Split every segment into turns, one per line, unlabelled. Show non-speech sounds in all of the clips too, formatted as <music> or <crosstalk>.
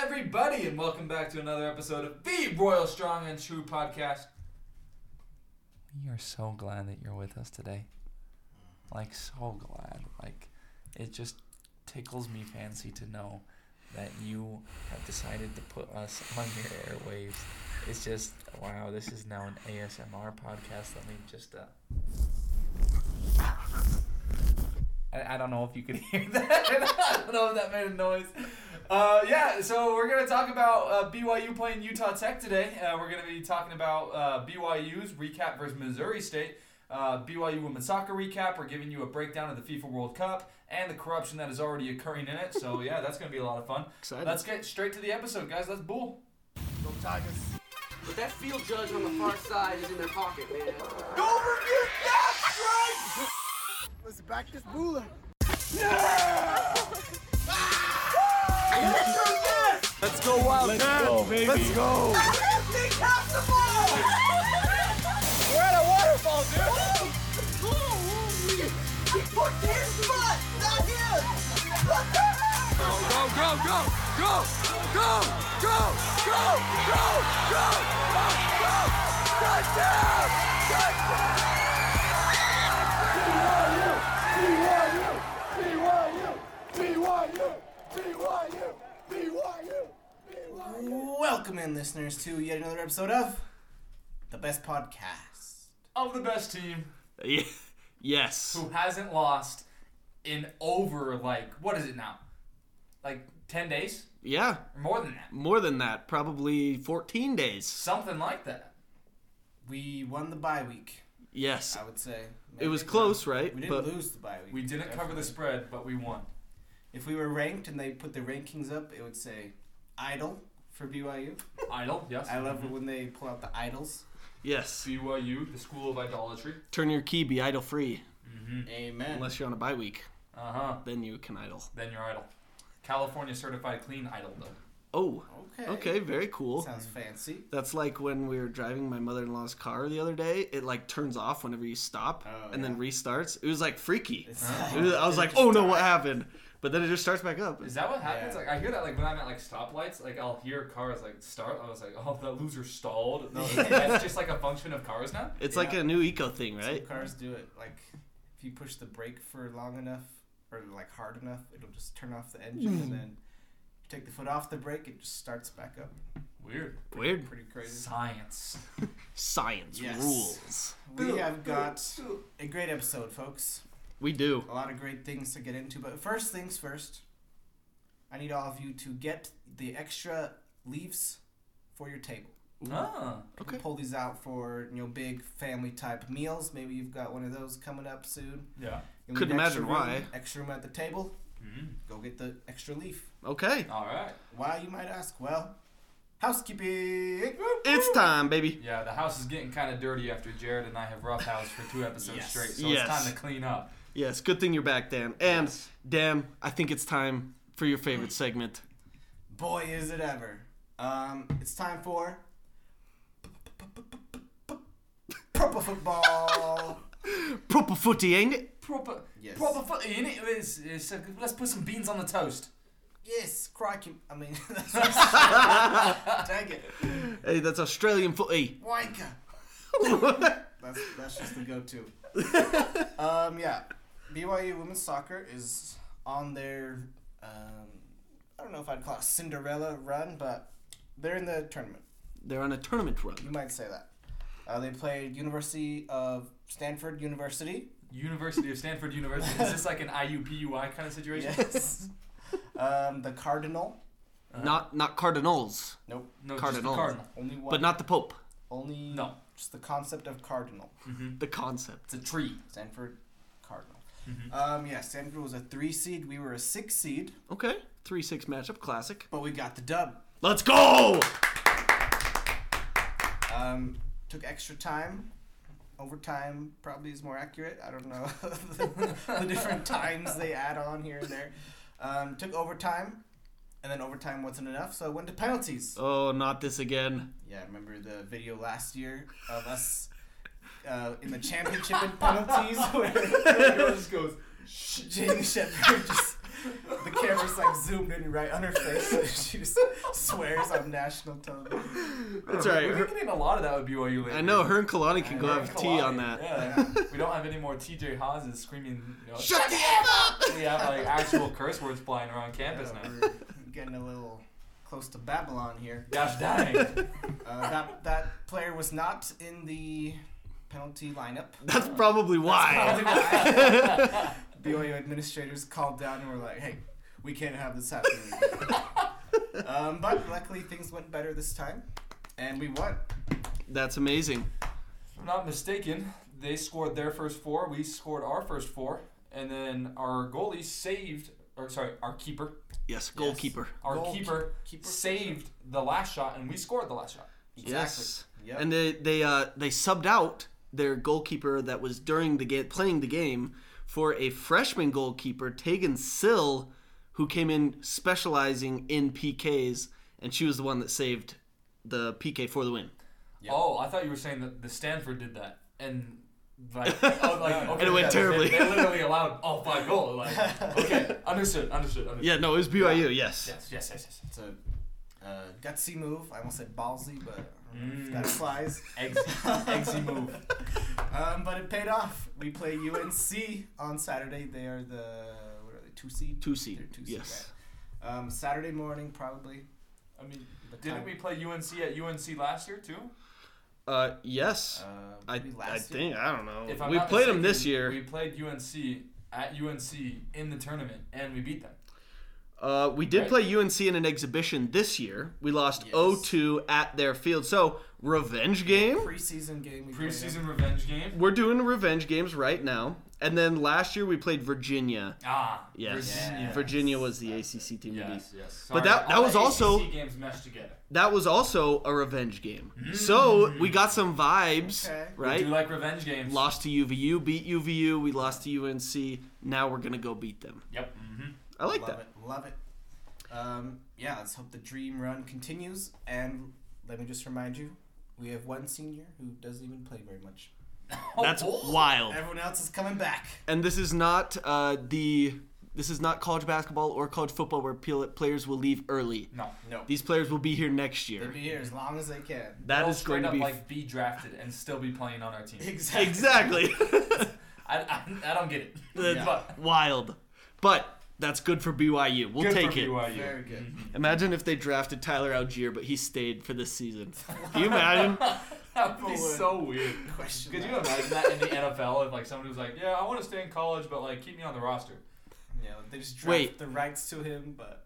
everybody, and welcome back to another episode of the Royal Strong and True podcast. <laughs> We are so glad that you're with us today. Like, so glad. Like, it just tickles me fancy to know that you have decided to put us <laughs> on your airwaves. It's just, wow, this is now an ASMR podcast. Let me just, uh. I, I don't know if you could <laughs> hear that. I don't know if that made a noise. Uh, yeah, so we're going to talk about uh, BYU playing Utah Tech today. Uh, we're going to be talking about uh, BYU's recap versus Missouri State, uh, BYU women's soccer recap. We're giving you a breakdown of the FIFA World Cup and the corruption that is already occurring in it. So, yeah, that's going to be a lot of fun.
Excited.
Let's get straight to the episode, guys. Let's bull.
Go Tigers.
But that field judge on the far side is in their pocket, man.
Let's back this Bula. Welcome in, listeners, to yet another episode of the best podcast.
Of the best team
Yeah. Yes.
who hasn't lost in over, like, what is it now? Like 10 days?
Yeah.
Or more than that?
More than that, probably 14 days.
Something like that.
We won the bye week,
Yes.
I would say.
It was
Maybe.
close, right?
We didn't
But
lose the bye week.
We didn't cover the spread, but we won.
If we were ranked and they put the rankings up, it would say idle for BYU.
Idol, yes.
I love it when they pull out the idols.
yes.
BYU, the school of idolatry.
Turn your key, be idle free.
Mm.
Amen.
Unless you're on a bye week,
Uh huh.
then you can idle.
Then you're idol. California certified clean idol, though.
Oh.
Okay.
Okay, very cool.
Sounds fancy.
That's like when we were driving my mother-in-law's car the other day. It like turns off whenever you stop
Oh,
and then restarts. It was like freaky.
It's-
It was- I was
It
like,
just
"Oh no,
died.
what happened?" But then it just starts back up.
Is that what happens?
Yeah.
Like I hear that like when I'm at like stoplights, like I'll hear cars like start. I was like, oh, the loser stalled.
<laughs>
No, that's just like a function of cars now.
It's
Yeah.
like a new eco thing, right?
Some cars do it. Like, if you push the brake for long enough or like hard enough, it'll just turn off the engine,
Mm.
and then you take the foot off the brake, it just starts back up.
Weird.
Weird.
Pretty crazy.
Science.
Science
Yes.
rules.
We have got a great episode, folks.
We do.
A lot of great things to get into, but first things first. I need all of you to get the extra leaves for your table.
Ah.
You can
Okay.
Pull these out for you know big family type meals. Maybe you've got one of those coming up soon.
Yeah.
You'll
Couldn't
need extra
imagine
room-
why.
Extra room at the table.
Mm.
Go get the extra leaf.
Okay.
All right.
Why, you might ask? Well, housekeeping.
It's time, baby.
Yeah, the house is getting kind of dirty after Jared and I have roughhoused for two episodes
Yes.
straight, so
Yes.
it's time to clean up.
Yes, good thing you're back, Dan. And Dan, I think it's time for your favorite segment.
Boy, is it ever. Um, it's time for proper football.
Proper footy, ain't it?
Proper.
Yes.
Proper foot in it. It's, it's, let's put some beans on the toast.
yes, crikey. I mean, <laughs> that's what I said. dang it,
Hey, that's Australian footy.
wanker. That's that's just the go-to. um, yeah, BYU women's soccer is on their um, I don't know if I'd call it Cinderella run, but they're in the tournament.
They're on a tournament
You
run.
might say that. Uh, they played University of Stanford University.
University of Stanford University. Is this like an IUPUI kind of situation?
Yes. um, the Cardinal.
Not not Cardinals,
Nope.
No,
Cardinals.
just the cardinal.
Only one.
but not the Pope.
only.
No.
Just the concept of Cardinal.
The concept.
It's a tree.
Stanford Cardinal. Um, yeah, Stanford was a three seed. We were a six seed,
Okay. Three six matchup classic.
but we got the dub.
Let's go!
Um, took extra time. Overtime probably is more accurate. I don't know <laughs> the, different times they add on here and there. Um, took overtime, and then overtime wasn't enough, so it went to penalties.
Oh, not this again.
Yeah, I remember the video last year of us uh, in the <laughs> championship in penalties where
just goes.
Jamie Shepard just the camera's like zoomed in right on her face. and she just swears on national television.
That's all right.
We've
Her-
been getting a lot of that with BYU lately.
I know her and Kalani can
I
go
know,
have tea on that.
Yeah. we don't have any more TJ Haas's screaming. You know,
Shut the F
we have like actual curse words flying around campus
Yeah,
now.
we're getting a little close to Babylon here.
Gosh dang.
Uh, that that player was not in the penalty lineup.
That's
<laughs>
probably why.
BYU administrators called down and were like, "Hey, we can't have this happening."
<laughs>
again." um, but luckily, things went better this time, and we won.
That's amazing.
If I'm not mistaken, they scored their first four. We scored our first four, and then our goalie saved. Or sorry, our keeper.
Yes, goalkeeper.
Our
Goal
keeper,
keeper.
saved the last shot, and we scored the last shot.
Yes.
Yep.
And they they uh, they subbed out their goalkeeper that was during the game playing the game for a freshman goalkeeper Tegan Sill, who came in specializing in PKs, and she was the one that saved the PK for the win.
Oh, I thought you were saying that the Stanford did that, and <laughs> like, oh, like okay,
And it went
yeah,
terribly.
They, they literally allowed all five <laughs> goals. Like, okay, understood, understood, understood.
Yeah, no, it was BYU. Yes.
Yes, yes, yes, yes.
It's a uh, gutsy move. I almost said ballsy, but I don't
Mm.
know if that applies.
Eggsy, eggsy move.
<laughs> Um, but it paid off. We play UNC on Saturday. They are the what are they? Two seed.
Two seed,
They're two
yes.
right? Um, Saturday morning probably.
I mean,
The
didn't
time-
we play UNC at UNC last year too?
Uh, yes.
Uh,
I,
maybe
I
last year?
think I don't know.
If I'm
we
not
played them
mistaken,
this year.
We played UNC at UNC in the tournament, and we beat them.
Uh, we did
Right.
play UNC in an exhibition this year. We lost
Yes.
0-2 at their field. So revenge game.
preseason game. We played them.
Preseason revenge game.
We're doing revenge games right now. And then last year we played Virginia.
Ah,
Yes.
Virginia.
Yes.
Virginia was the ACC team we beat.
Yes, yes.
But
Sorry,
that- that
all
was
the
also-
ACC games meshed together.
That was also a revenge game. So we got some vibes,
Okay.
We
right?
Mm-hmm. do like revenge games.
Lost to UVU, beat UVU, we lost to UNC. Now we're going to go beat them.
Yep. Mm-hmm.
I like
love
that.
it. Love it. Um, yeah, let's hope the dream run continues. And let me just remind you, we have one senior who doesn't even play very much.
<laughs> That's
Oh,
Oh,
wild.
Everyone else is coming back.
And this is not uh, the this is not college basketball or college football where pl- players will leave early.
no.
No,
These players will be here next
they'll
year.
be here as long as they can.
That
They'll
is going
straight
to
up
be
like be drafted and still be playing on our team.
Exactly.
<laughs>
<laughs>
exactly
I, I, I don't get it.
<laughs> That's
But
wild, but that's good for BYU. We'll
good
take
for
it.
BYU.
Very good.
Imagine if they drafted Tyler Algier, but he stayed for this season. Can
<laughs>
you imagine?
<laughs> that would be so weird.
Question.
Could you
mark.
imagine that in the NFL if like somebody was like, yeah, I want to stay in college, but like keep me on the roster.
Yeah, they just draft
Wait.
the rights to him, but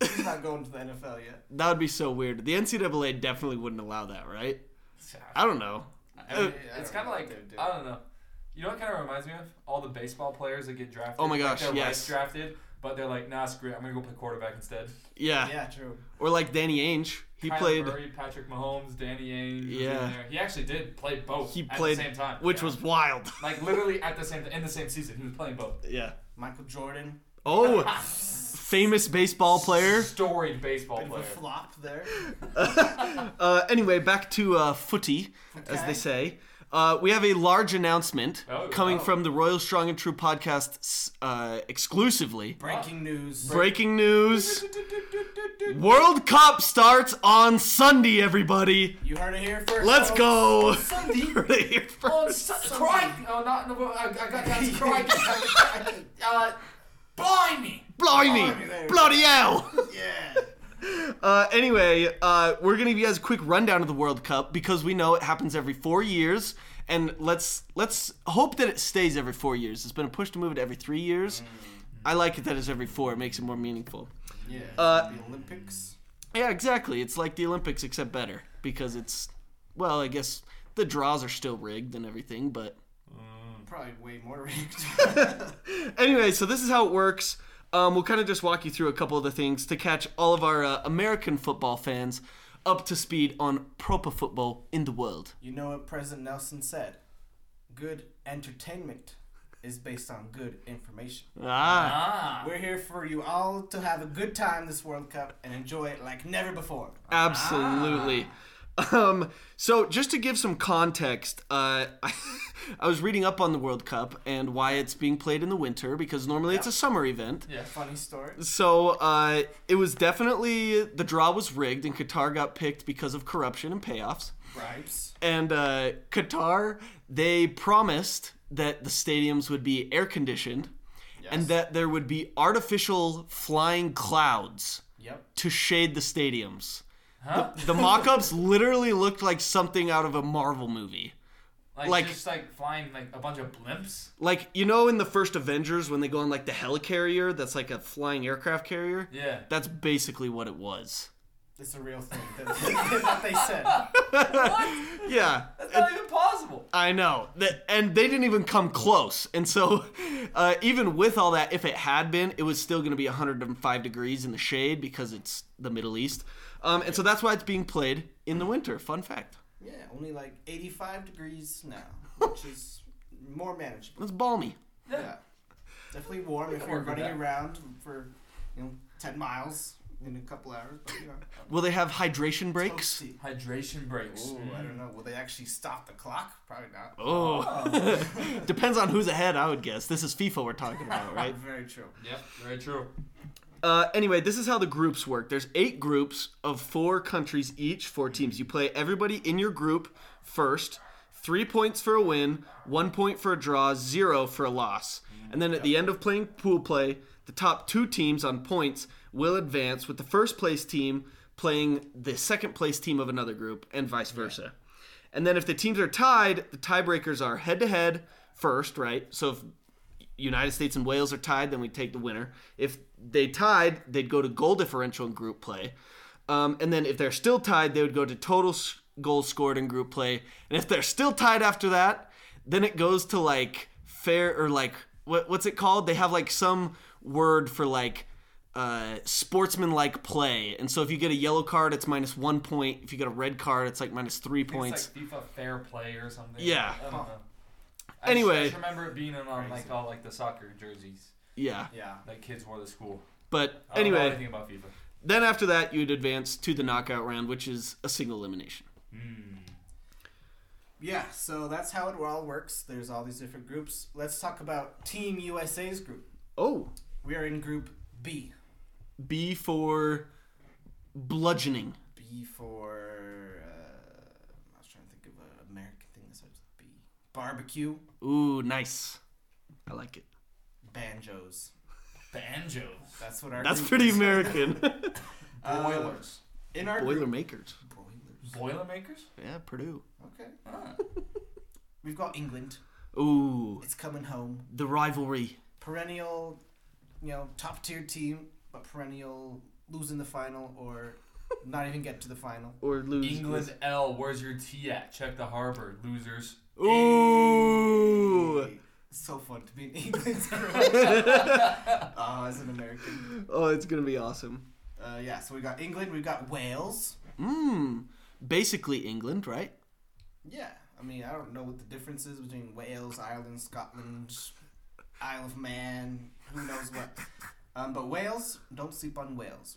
he's not going to the NFL yet.
<laughs> That would be so weird. The NCAA definitely wouldn't allow that, right? I don't know.
I mean,
Uh,
it's
I don't
kind
know
of
what
like
they're doing.
I don't know. You know what kind of reminds me of all the baseball players that get drafted.
Oh my
like
gosh,
they're
yes.
rights drafted, but they're like, nah, screw it, I'm gonna go play quarterback instead.
Yeah.
Yeah, true.
Or like Danny Ainge, he
Kyler
played,
Murray, Patrick Mahomes, Danny Ainge. was in
Yeah.
there. he actually did play both.
He
at
played-
the same time,
which
yeah.
was wild. <laughs>
like literally at the same in the same season. He was playing both. <laughs>
yeah.
Michael Jordan,
Oh, famous baseball player.
Storied baseball
bit of a
player.
flop there.
Uh, anyway, back to uh, footy, as
Okay.
they say. Uh, we have a large announcement
Oh,
coming
oh.
from the Royal Strong and True podcast s- uh, exclusively.
Breaking news.
Breaking news World Cup starts on Sunday, everybody.
You heard it here first.
Let's
folks.
go. <laughs>
Sunday.
Heard it here
Oh,
first.
su- crikey! Oh, not no, I, I got down to
<laughs>
crikey. uh, blimey!
Blimey,
Blimey.
there.
Bloody hell.
Yeah.
Uh, anyway, uh, we're gonna give you guys a quick rundown of the World Cup because we know it happens every four years, and let's let's hope that it stays every four years. It's been a push to move it every three years. I like it that it's every four; it makes it more meaningful.
Yeah.
Uh,
the Olympics.
Yeah, exactly. It's like the Olympics except better because it's well, I guess the draws are still rigged and everything, but
Probably way
<laughs>
more rigged.
anyway, so this is how it works. Um, we'll kind of just walk you through a couple of the things to catch all of our uh, American football fans up to speed on proper football in the world.
you know what President Nelson said? Good entertainment is based on good information.
Ah,
Ah,
We're here for you all to have a good time this World Cup and enjoy it like never before.
absolutely. Um, so just to give some context, uh, <laughs> I was reading up on the World Cup and why it's being played in the winter because normally it's a summer event.
Yeah.
Funny story.
So uh, it was definitely the draw was rigged and Qatar got picked because of corruption and payoffs.
Bribes.
And uh, Qatar, they promised that the stadiums would be air conditioned and
Yes.
that there would be artificial flying clouds
Yep.
to shade the stadiums.
Huh?
The
<laughs>
mock ups literally looked like something out of a Marvel movie.
Like,
Like-
just like flying like a bunch of blimps.
Like, you know, in the first Avengers when they go on like the helicarrier that's like a flying aircraft carrier?
Yeah.
That's basically what it was.
It's a real thing
<laughs>
that, that they <laughs> said.
Yeah.
That's not even possible.
I know. That, and they didn't even come close. And so, <laughs> uh, even with all that, if it had been, it was still going to be 105 degrees in the shade because it's the Middle East. Um, and so that's why it's being played in the winter. Fun fact.
Yeah, only like 85 degrees now, which is more manageable.
It's balmy.
Yeah. Definitely warm if
can
you're
work with
running
that.
around for, you know, 10 miles in a couple hours. But,
<laughs>
you know,
Will they have hydration breaks?
toasty.
Hydration breaks.
Ooh, I
Mm.
don't know. Will they actually stop the clock? Probably not.
Oh. <laughs> Depends on who's ahead, I would guess. This is FIFA we're talking about, right?
Very true.
Yep. Very true.
Uh, anyway, this is how the groups work. There's eight groups of four countries each, four teams. You play everybody in your group first. Three points for a win, one point for a draw, zero for a loss. And then at the end of playing pool play, the top two teams on points will advance with the first place team playing the second place team of another group, and vice versa. And then if the teams are tied, the tiebreakers are head to head first, right? So if United States and Wales are tied, then we take the winner. If they tied, they'd go to goal differential in group play. Um, and then if they're still tied, they would go to total s- goals scored in group play. And if they're still tied after that, then it goes to like fair or like what, what's it called? They have like some word for like uh, sportsmanlike play. And so if you get a yellow card, it's minus one point. If you get a red card, it's like minus three points.
It's like FIFA Fair Play or something.
Yeah.
I don't know. I
Anyway.
just, I just remember it being on like all like the soccer jerseys
yeah.
Yeah.
that kids wore to school.
But
I don't know
anyway.
anything about FIFA.
Then after that, you'd advance to the knockout round, which is a single elimination.
Hmm.
Yeah, so that's how it all works. There's all these different groups. Let's talk about Team USA's group.
Oh,
We are in Group B.
B for bludgeoning.
B for. Uh, I was trying to think of an American thing that starts with B. Barbecue,
Ooh, nice. I like it.
banjos.
Banjos.
That's what our.
That's
group
pretty
is.
American.
Uh,
Boilers.
in our group.
<laughs> Boilermakers.
Boilers.
Boilermakers?
Yeah, Purdue.
Okay.
Ah.
We've got England.
Ooh,
It's coming home.
the rivalry.
Perennial, you know, top tier team, but perennial losing the final or not even get to the final.
Or lose.
England L, where's your T at? Check the harbor, losers.
Ooh.
It's so fun to be in England. <laughs> oh, as an American.
Oh, it's gonna be awesome.
Uh, yeah, so we got England, we've got Wales.
Mmm. Basically England, right?
Yeah, I mean, I don't know what the difference is between Wales, Ireland, Scotland, Isle of Man, who knows what. Um, but Wales, don't sleep on Wales.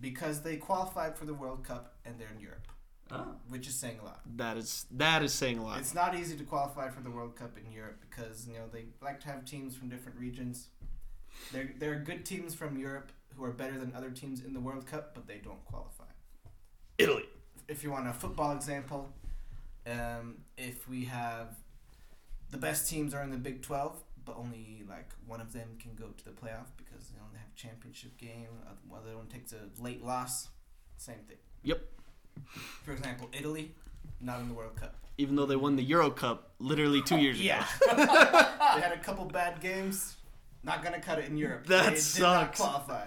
Because they qualified for the World Cup and they're in Europe,
Oh.
which is saying a lot.
That is that is saying a lot.
It's not easy to qualify for the World Cup in Europe because you know they like to have teams from different regions. There, there are good teams from Europe who are better than other teams in the World Cup, but they don't qualify.
Italy.
If you want a football example, um, if we have the best teams are in the Big Twelve, but only like one of them can go to the playoff because they only have championship game. uh, The other one takes a late loss. Same thing.
Yep.
For example, Italy, not in the World Cup.
Even though they won the Euro Cup literally two years
<laughs>
ago.
Yeah. they had a couple bad games. Not gonna cut it in Europe.
That
they
sucks.
Did not
<laughs>
qualify.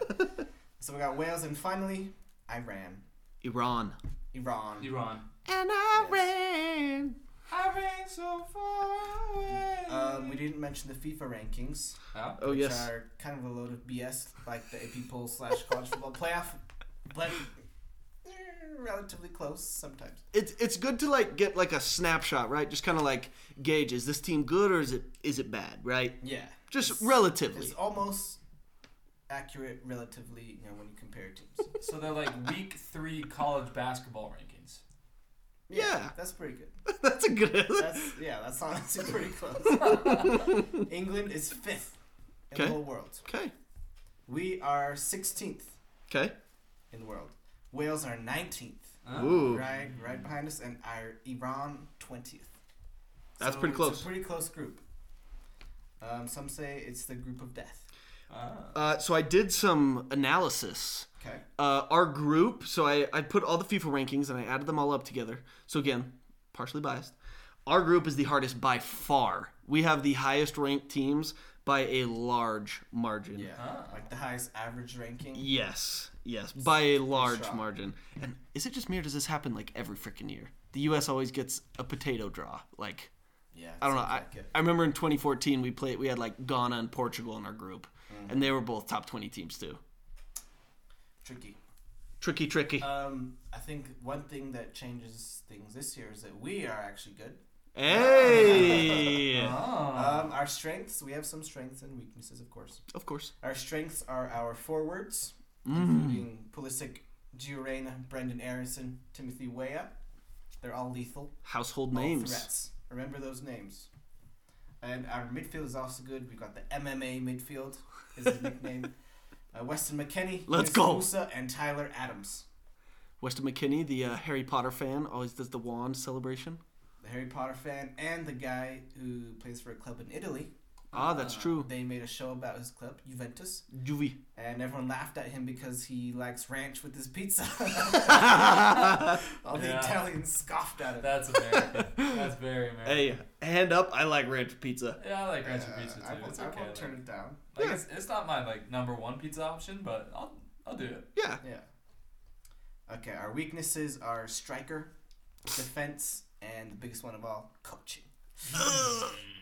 so we got Wales and finally Iran.
Iran.
Iran.
Iran.
And I ran.
I ran so far away.
Um, we didn't mention the FIFA rankings,
Huh?
Oh
which
yes.
are kind of a load of BS, like the AP poll slash college football playoff, but they're relatively close sometimes.
It's it's good to like get like a snapshot, right? Just kind of like gauge is this team good or is it is it bad, right?
Yeah.
Just
It's-
relatively.
It's almost accurate, relatively, you know, when you compare teams.
So they're like week three college basketball rankings.
Yeah. <laughs>
That's pretty good.
That's a good. <laughs>
That's yeah, that's honestly <laughs> pretty close. England is fifth in
Okay.
the whole world.
okay.
We are sixteenth
Okay.
in the world. Wales are nineteenth.
Huh?
Ooh.
Right, right behind us, and our Iran twentieth.
That's pretty close.
It's a pretty close group. Um, some say it's the group of death.
Ah.
Uh, so I did some analysis.
Okay.
Uh, our group. So I I put all the FIFA rankings and I added them all up together. So again, partially biased. Our group is the hardest by far. We have the highest ranked teams by a large margin.
Yeah. Like the highest average ranking.
Yes, yes, by a large
shock.
margin. And is it just me or does this happen like every freaking year? The U.S. always gets a potato draw. Like
Yeah.
I don't know.
seems
I,
like it.
I remember in 2014 we played. We had like Ghana and Portugal in our group, and they were both top 20 teams too.
Tricky.
Tricky, tricky.
Um, I think one thing that changes things this year is that we are actually good.
hey, <laughs> Uh-huh.
Ah.
Um, our strengths, we have some strengths and weaknesses, of course.
of course.
Our strengths are our forwards,
Mm-hmm.
including Pulisic, Gio Reyna, Brendan Aronson, Timothy Weah. They're all lethal.
Household
all
names.
threats. Remember those names. And our midfield is also good. We've got the MMA midfield, is his
<laughs>
nickname. Uh, Weston McKenney,
Let's
Yunus
go.
Musa, and Tyler Adams.
Weston McKinney, the uh, Harry Potter fan, always does the wand celebration.
The Harry Potter fan and the guy who plays for a club in Italy. Uh,
Ah, that's true.
They made a show about his club, Juventus.
Juvie.
and everyone laughed at him because he likes ranch with his <laughs> pizza. All the
Yeah.
Italians scoffed at him.
That's
<laughs>
American. That's very American.
Hey, hand up. I like ranch pizza.
Yeah, I like ranch
Uh,
pizza too.
I won't,
it's
I
okay.
won't
like-
turn it down.
Like
Yeah.
it's, it's not my like number one pizza option, but I'll I'll do it.
Yeah.
Yeah. Okay, our weaknesses are striker, defense, and the biggest one of all,
<laughs>
coaching.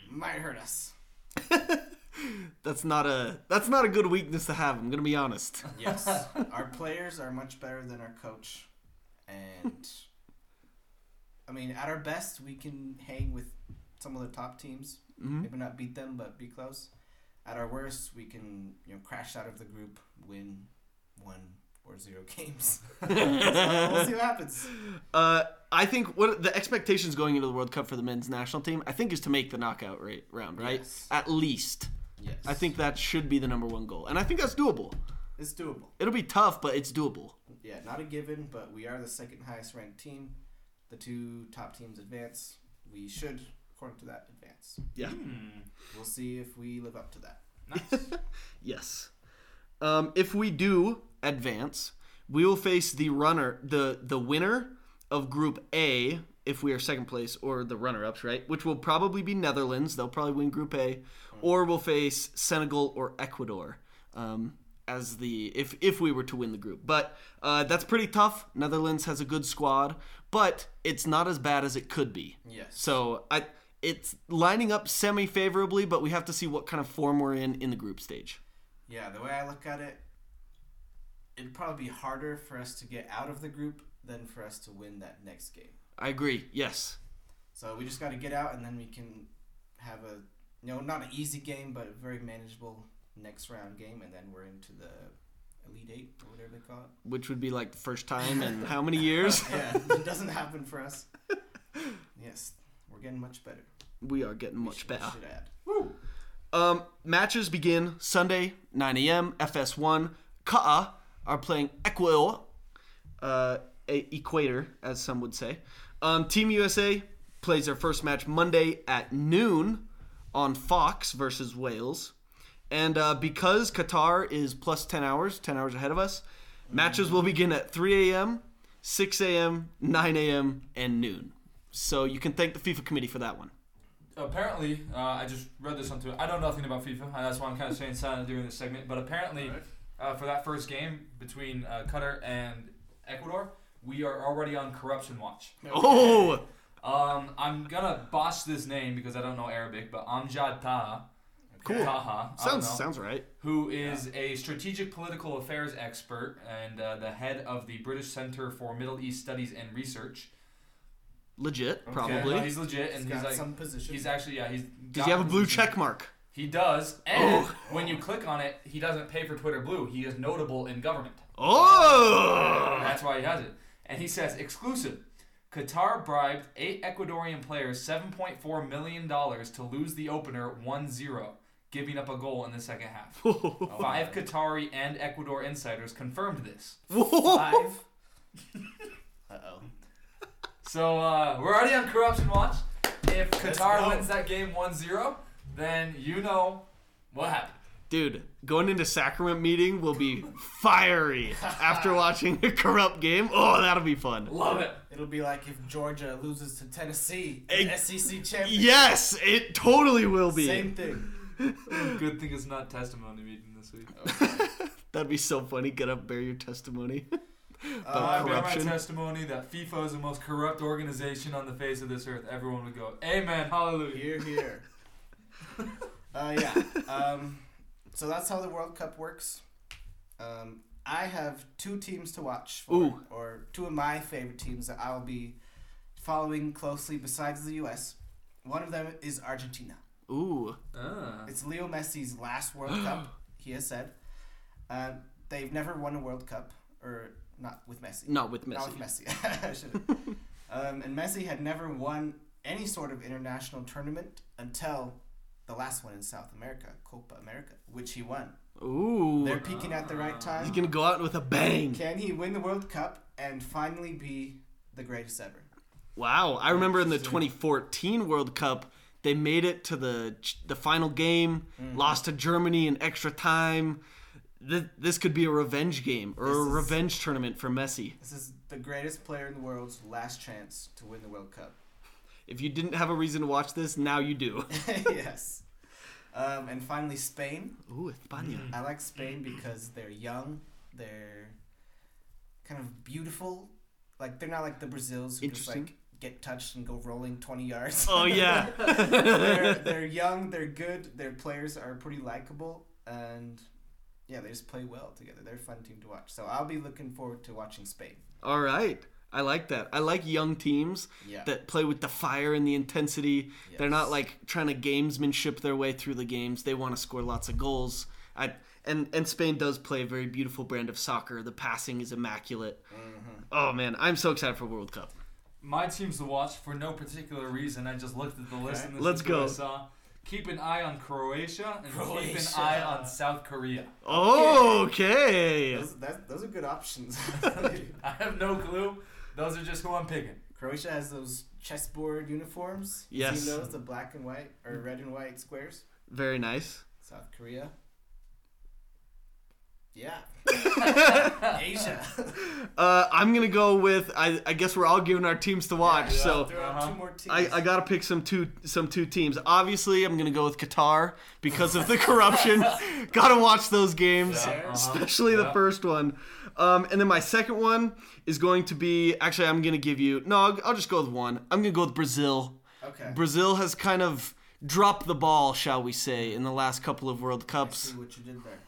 Might hurt us.
That's not a that's not a good weakness to have. I'm gonna be honest.
Yes.
<laughs>
our players are much better than our coach,
<laughs>
and I mean, at our best, we can hang with some of the top teams.
Mhm.
maybe not beat them, but be close. At our worst, we can you know crash out of the group, win one or zero
<laughs>
games. <laughs> So we'll see what happens.
Uh, I think what the expectations going into the World Cup for the men's national team, I think, is to make the knockout rate, round, right?
Yes.
At least,
Yes,
I think that should be the number one goal, and I think that's doable.
it's doable.
It'll be tough, but it's doable.
Yeah, not a given, but we are the second highest ranked team. The two top teams advance. We should, according to that, advance.
Yeah.
We'll see if we live up to that.
Nice.
Yes. Um, if we do advance, we will face the runner, the the winner of Group A, if we are second place, or the runner-ups, right? Which will probably be Netherlands. They'll probably win Group A, or we'll face Senegal or Ecuador um, as the if if we were to win the group. But uh, that's pretty tough. Netherlands has a good squad, but it's not as bad as it could be.
Yes.
So I. It's lining up semi favorably, but we have to see what kind of form we're in in the group stage.
Yeah, the way I look at it, it'd probably be harder for us to get out of the group than for us to win that next game.
I agree. Yes.
So we just got to get out, and then we can have a you know not an easy game, but a very manageable next round game, and then we're into the elite eight or whatever they call
<laughs>
it.
Which would be like the first time in how many years?
Yeah, it doesn't happen for us. Yes, we're getting much better.
We are getting much
I
better.
Should add.
Um, matches begin Sunday, 9 a.m. FS1. Ka'a are playing Ecuador, uh, e- Equator, as some would say. Um, Team USA plays their first match Monday at noon on Fox versus Wales. And uh, because Qatar is plus 10 hours, 10 hours ahead of us, matches will begin at 3 a.m., 6 a.m., 9 a.m., and noon. So you can thank the FIFA committee for that one.
apparently, uh, I just read this on Twitter. I know nothing about FIFA, and that's why I'm kind of staying silent during this segment. But apparently, uh, for that first game between uh, Qatar and Ecuador, we are already on corruption watch.
Oh!
Um, I'm gonna botch this name because I don't know Arabic, but Amjad Taha.
Cool.
Taha. I don't
Sounds,
know.
sounds right.
who is a strategic political affairs expert and uh, the head of the British Center for Middle East Studies and Research.
Legit,
Okay,
probably.
no, he's legit, and he's,
He's got
like,
some position.
he's actually, yeah, he's.
Does
got
he have a
the
blue
position.
check mark?
He does, and
Oh.
when you click on it, he doesn't pay for Twitter Blue. He is notable in government.
Oh!
That's why he has it. And he says exclusive. Qatar bribed eight Ecuadorian players $7.4 million to lose the opener 1 0, giving up a goal in the second half. Five Qatari and Ecuador insiders confirmed this.
Five. uh oh.
So uh, we're already on corruption watch. If
Let's
Qatar
go.
wins that game 1 0, then you know what happened.
Dude, going into sacrament meeting will be fiery after watching a corrupt game. Oh, that'll be fun.
Love it.
It'll be like if Georgia loses to Tennessee,
Eh,
in the SEC champion.
Yes, it totally will be.
Same thing.
Good thing it's not testimony meeting this week.
That'd be so funny. Get up, bear your testimony. <laughs>
I
Uh,
bear my
corruption.
testimony that FIFA is the most corrupt organization on the face of this earth. Everyone would go, Amen, hallelujah.
here, here. Uh, yeah. Um, so that's how the World Cup works. Um, I have two teams to watch, for,
Ooh.
or two of my favorite teams that I'll be following closely besides the U.S. One of them is Argentina.
Ooh.
Ah.
It's Leo Messi's last World Cup, he has said. Uh, they've never won a World Cup, or not with Messi.
Not with
Not
Messi.
with Messi. <laughs> I should've. um, and Messi had never won any sort of international tournament until the last one in South America, Copa America, which he won.
Ooh.
They're peaking at the right time.
He's gonna go out with a bang.
Can he win the World Cup and finally be the greatest ever?
Wow, I remember in the 2014 World Cup, they made it to the the final game, lost to Germany in extra time. Th- This could be a revenge game or a
This is-
revenge tournament for Messi.
This is the greatest player in the world's last chance to win the World Cup. <laughs>
If you didn't have a reason to watch this, now you do.
yes. Um, and finally, Spain.
Ooh, España.
I like Spain because they're young, they're kind of beautiful. Like they're not like the Brazils who just like
Interesting.
get touched and go rolling twenty yards.
Oh yeah.
<laughs> they're, they're young, they're good, their players are pretty likable, and yeah, they just play well together. They're a fun team to watch. So I'll be looking forward to watching Spain.
All right. I like that. I like young teams
Yeah.
that play with the fire and the intensity. They're not
Yes.
like trying to gamesmanship their way through the games. They want to score lots of goals. I and and Spain does play a very beautiful brand of soccer. The passing is immaculate. Oh man, I'm so excited for World Cup.
My team's to watch for no particular reason. I just looked at the list and this
Let's
is what
go.
I saw. Keep an eye on Croatia and keep an
Croatia.
eye on South Korea. <laughs>
Okay.
Those, that, those are good
<laughs>
options. <laughs>
I have no clue. Those are just who I'm picking.
Croatia has those chessboard uniforms. You
Yes.
seen those the black and white or red and white squares.
Very nice.
South Korea. Yeah. Asia.
Uh, I'm gonna go with. I, I guess we're all giving our teams to watch. so
There are
Uh-huh.
two more teams.
I, I gotta pick some two some two teams. Obviously, I'm gonna go with Qatar because of the corruption. gotta watch those games,
Yeah, uh-huh.
especially the
Yeah.
first one. Um, and then my second one is going to be actually I'm gonna give you no. I'll, I'll just go with one. I'm gonna go with Brazil.
okay.
Brazil has kind of dropped the ball, shall we say, in the last couple of World Cups.
See what you did there.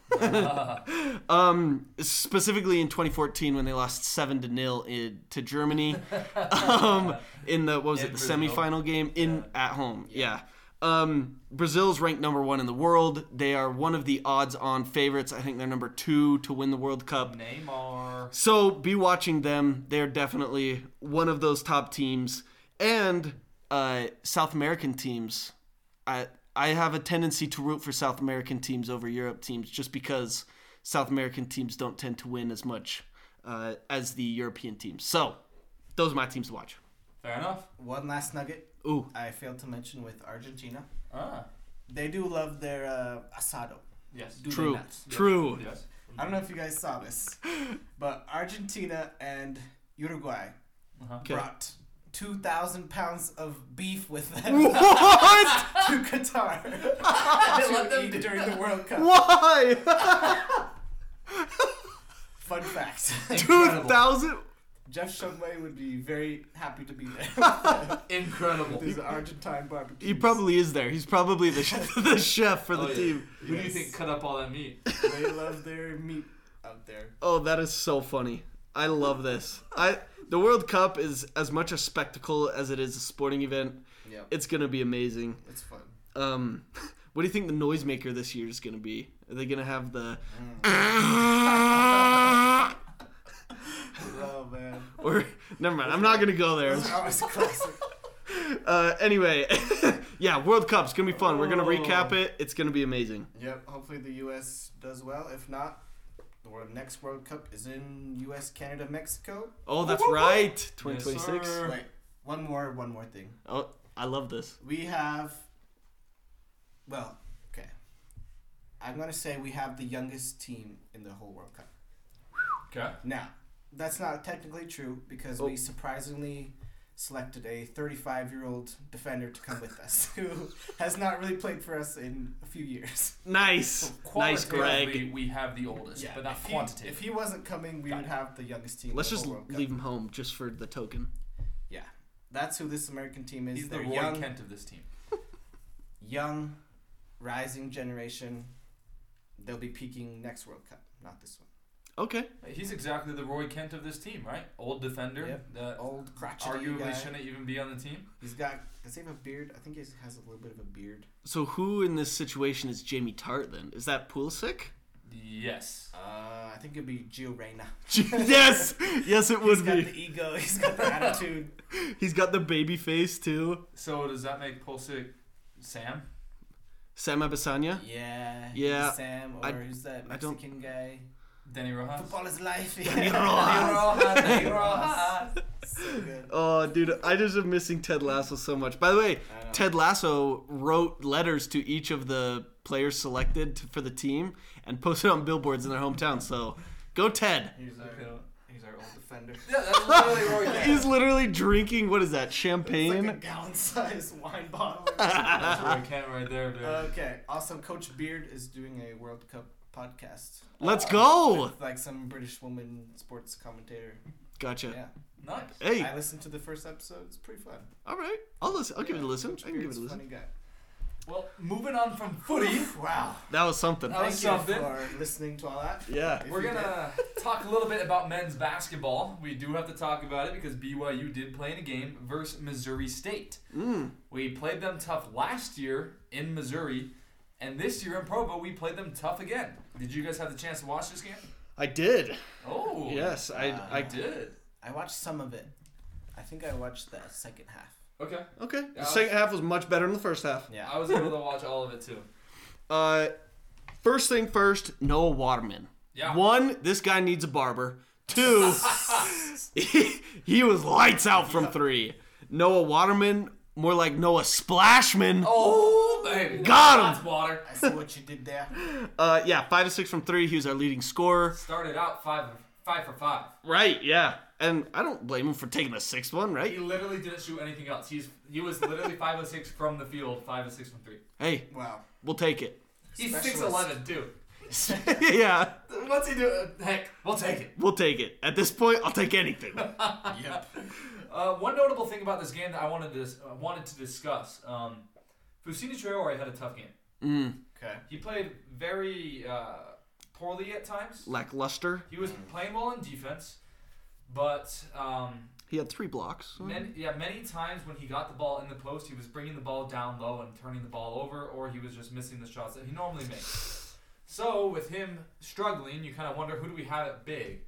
Um, specifically in 2014 when they lost seven to nil in, to Germany. um, in the what was
In
it the
Brazil.
semifinal game in at home? Yeah. Um, Brazil's ranked number one in the world. They are one of the odds-on favorites. I think they're number two to win the World Cup.
Neymar.
So be watching them. They're definitely one of those top teams. And uh, South American teams. I I have a tendency to root for South American teams over Europe teams just because South American teams don't tend to win as much uh, as the European teams. So those are my teams to watch.
Fair enough.
One last nugget
Ooh,
I failed to mention with Argentina.
Ah,
They do love their uh, asado.
yes.
Do they
True.
not?
True.
Yes.
I don't know if you guys saw
<laughs>
this, but Argentina and Uruguay
Uh-huh.
brought 2,000 pounds of beef with them
<laughs> What?
<laughs> to Qatar <laughs> to eat during the World Cup.
Why?
Fun fact.
<laughs> Two thousand.
Jeff Shumway would be very happy to be there.
<laughs>
Incredible.
There's Argentine barbecue.
He probably is there. He's probably the <laughs> the chef for the
Oh, yeah.
team.
Who do you think cut up all that meat?
they love their meat out there.
Oh, that is so funny. I love this. I the World Cup is as much a spectacle as it is a sporting event.
Yeah,
It's gonna be amazing.
it's fun.
Um, <laughs> what do you think the noisemaker this year is gonna be? Are they gonna
Mm.
have the?
Oh man.
<laughs> Or never mind. I'm not gonna go there.
Those are always a classic.
Uh, anyway, <laughs> yeah, World Cup's gonna be fun. We're gonna recap it. It's gonna be amazing.
<laughs> Yep. Hopefully the U.S. does well. If not, the wor- next World Cup is in U.S., Canada, Mexico.
Oh, that's right. 2026.
sir.
Wait, one more, one more thing.
oh, I love this.
We have. Well, okay. I'm gonna say we have the youngest team in the whole World Cup.
Okay.
Now, that's not technically true because we surprisingly selected a 35 year old defender to come with us <laughs> who has not really played for us in a few years.
Nice, nice, Greg.
Qualitatively, We have the oldest, but not
if he,
quantitatively.
if he wasn't coming, we would have the youngest team. in
Let's
the
just
whole World Cup.
leave him home just for the token.
Yeah, that's who this American team is.
He's the
They're
Roy
young,
Kent of this team.
young, rising generation. They'll be peaking next World Cup, not this one.
Okay.
He's exactly the Roy Kent of this team, right? Old defender.
Yep.
that
Old crotchety
arguably
guy.
shouldn't even be on the team.
He's got. Does he have a beard? I think he has a little bit of a beard.
So who in this situation is Jamie Tart then? Is that Pulisic?
Yes.
Uh, I think it'd be Gio Reyna.
<laughs> <laughs> yes, yes, <laughs> it
He's
would
got
be.
the ego. He's got the
<laughs>
attitude.
He's got the baby face too.
So does that make Pulisic Sam?
Sam Abasanya.
Yeah.
Yeah,
he's Sam, or
I-
who's that
I don't-
Mexican guy?
Danny Rojas?
Football is life. <laughs>
<laughs> Rojas.
Danny
<laughs>
Rojas. So good.
Oh, dude, I just am missing Ted Lasso so much. By the way,
I know.
Ted Lasso wrote letters to each of the players selected to, for the team and posted on billboards in their hometown. So, go Ted.
He's our, <laughs> he's our old defender.
Yeah, that's literally
<laughs>
Roy Kent.
He's literally drinking what is that
It's
champagne?
like a gallon-sized <laughs> wine
<laughs>
bottle.
That's Roy Kent right there, dude.
okay. Also, Coach Beard is doing a World Cup podcast.
Let's go.
With, like some British woman sports commentator.
Gotcha.
Yeah.
nice.
Hey,
I listened to the first episode. It's pretty fun.
all right. I'll listen. I'll give it a
Yeah,
listen.
Coach
I can give it
Beard's
a
a
listen.
Funny guy.
Well, moving on from footy,
Wow.
That was something.
That was
Thank you
something.
for listening to all that.
Yeah.
If
we're
you
going to talk a little bit about men's basketball. We do have to talk about it because BYU did play in a game versus Missouri State.
Mm.
We played them tough last year in Missouri, and this year in Provo, we played them tough again. Did you guys have the chance to watch this game?
I did.
Oh.
Yes, I,
Uh,
I
I did.
I watched some of it. I think I watched the second half.
Okay.
Okay. The
was-
second half was much better than the first half.
Yeah.
I was able to watch all of it too.
Uh, first thing first, Noah Waterman.
Yeah.
One, this guy needs a barber. Two, he, he was lights out from three. Noah Waterman, more like Noah Splashman.
Oh, baby.
Got him.
That's water.
I see what you did
<laughs>
there.
Uh, yeah, five to six from three. He was our leading scorer.
Started out five, five for five.
Right. Yeah. And I don't blame him for taking the sixth one,
He
right?
literally didn't shoot anything else. He's he was literally five of six from the field, five of six from three.
Hey,
Wow.
we'll take it. <laughs>
He's six
Specialist.
eleven too.
yeah,
What's he doing? Heck, we'll take it.
we'll take it. At this point, I'll take anything.
Yep.
Uh, one notable thing about this game that I wanted to dis- uh, wanted to discuss: um, Fusini Traore had a tough game.
Mm,
Okay.
He played very uh, poorly at times.
Lackluster.
He was playing well in defense, but um,
He had three blocks.
Many, yeah, many times when he got the ball in the post, he was bringing the ball down low and turning the ball over, or he was just missing the shots that he normally makes. So with him struggling, you kind of wonder who do we have at big.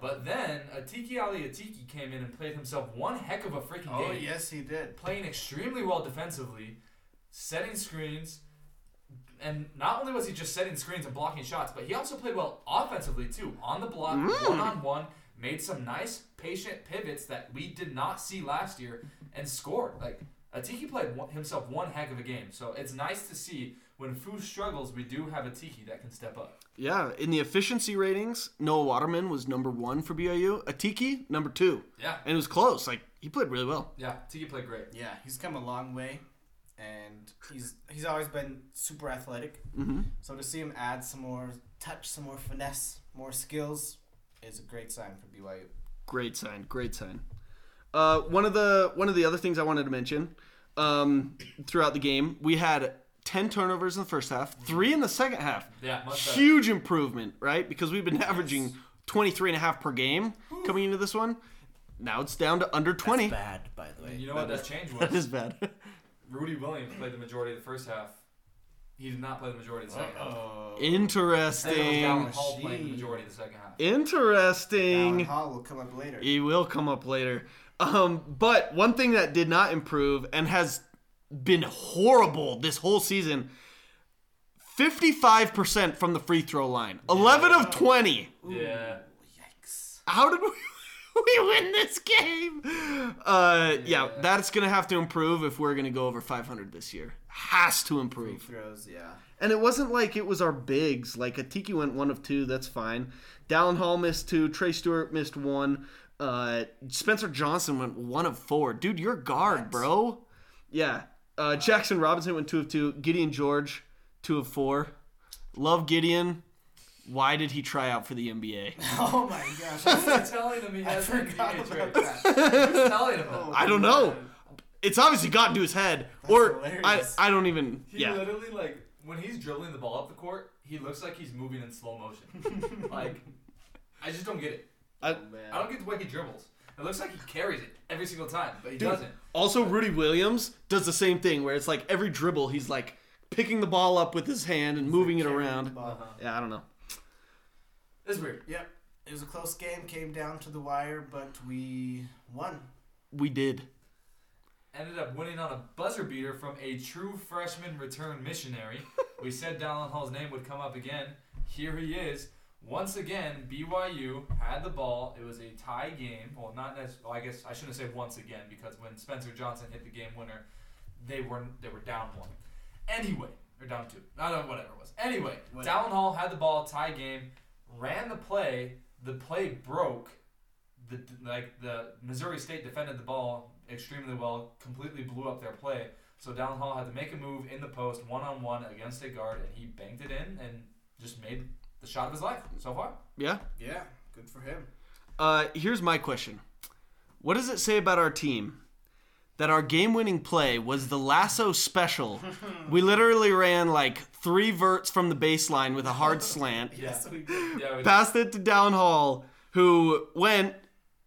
But then Atiki Aliatiki came in and played himself one heck of a freaking
Oh
game,
yes, he did.
playing extremely well defensively, setting screens, and not only was he just setting screens and blocking shots, but he also played well offensively too, on the block, one on one, made some nice patient pivots that we did not see last year, and scored. Like Atiki played one, himself one heck of a game, so it's nice to see when Fu struggles, we do have Atiki that can step up.
Yeah, in the efficiency ratings, Noah Waterman was number one for BIU. Atiki, number two.
Yeah,
And it was close. Like, he played really well.
yeah, Atiki played great.
Yeah, he's come a long way, and he's he's always been super athletic.
Mm-hmm.
So to see him add some more touch, some more finesse, more skills, is a great sign for BYU.
Great sign. Great sign. Uh, one of the one of the other things I wanted to mention um, throughout the game, we had ten turnovers in the first half, three in the second half.
Yeah, much better.
Huge improvement, right? Because we've been averaging 23 and a half per game coming into this one. Now it's down to under 20.
Bad, by the way.
<laughs> You know what that change
<laughs> That
was?
is bad.
Rudy Williams played the majority of the first half. He did not play the majority of the 2nd half.
Uh-oh.
Interesting.
Dallin Hall played the
Jeez.
majority of the second half.
Alan
Interesting.
Hall will come up later.
It will come up later. Um, but one thing that did not improve and has been horrible this whole season 55% from the free throw line, 11 of 20.
<laughs> Yeah.
Yikes.
How did we, <laughs> we win this game? Uh, yeah, that's going to have to improve if we're going to go over 500 this year. Has to improve.
Throws, yeah. <laughs>
And it wasn't like it was our bigs. Like Atiki went one of two, that's fine. Dallin Hall missed two. Trey Stewart missed one. Uh, Spencer Johnson went one of four. Dude, you're guard, bro. Yeah. Uh, Jackson Robinson went two of two. Gideon George, two of four. Love Gideon. Why did he try out for the NBA?
Oh my gosh.
<laughs>
I
You're telling him he has an
forgot
NBA
about
trade.
that. <laughs>
You're telling him <laughs> that.
I don't know. It's obviously gotten to his head, or I,
hilarious.
I don't even.
He
Yeah,
literally like when he's dribbling the ball up the court, he looks like he's moving in slow <laughs> motion. like I just don't get it.
I,
I don't get the way he dribbles. It looks like he carries it every single time, but he
Dude,
doesn't.
Also, Rudy Williams does the same thing where it's like every dribble, he's like picking the ball up with his hand and moving it around. Uh-huh.
Ball.
Yeah, I don't know.
It's weird.
Yep. It was a close game, came down to the wire, but we won.
We did.
Ended up winning on a buzzer beater from a true freshman return missionary. we said Dallin Hall's name would come up again. Here he is. Once again, BYU had the ball. It was a tie game. Well, not as well, I guess I shouldn't say once again because when Spencer Johnson hit the game winner, they were they were down one. Anyway, or down two. I don't know, whatever it was. Anyway,
Whatever.
Dallin Hall had the ball, tie game, ran the play. The play broke. The like the Missouri State defended the ball extremely well, completely blew up their play. So Dallin Hall had to make a move in the post, one on one against a guard, and he banked it in and just made the shot of his life so far.
Yeah.
Yeah, good for him.
Uh, here's my question What does it say about our team that our game winning play was the
<laughs>
lasso special? we literally ran like three verts from the baseline with a hard slant.
Yes, we did.
Yeah, we
passed it to Downhall, who went.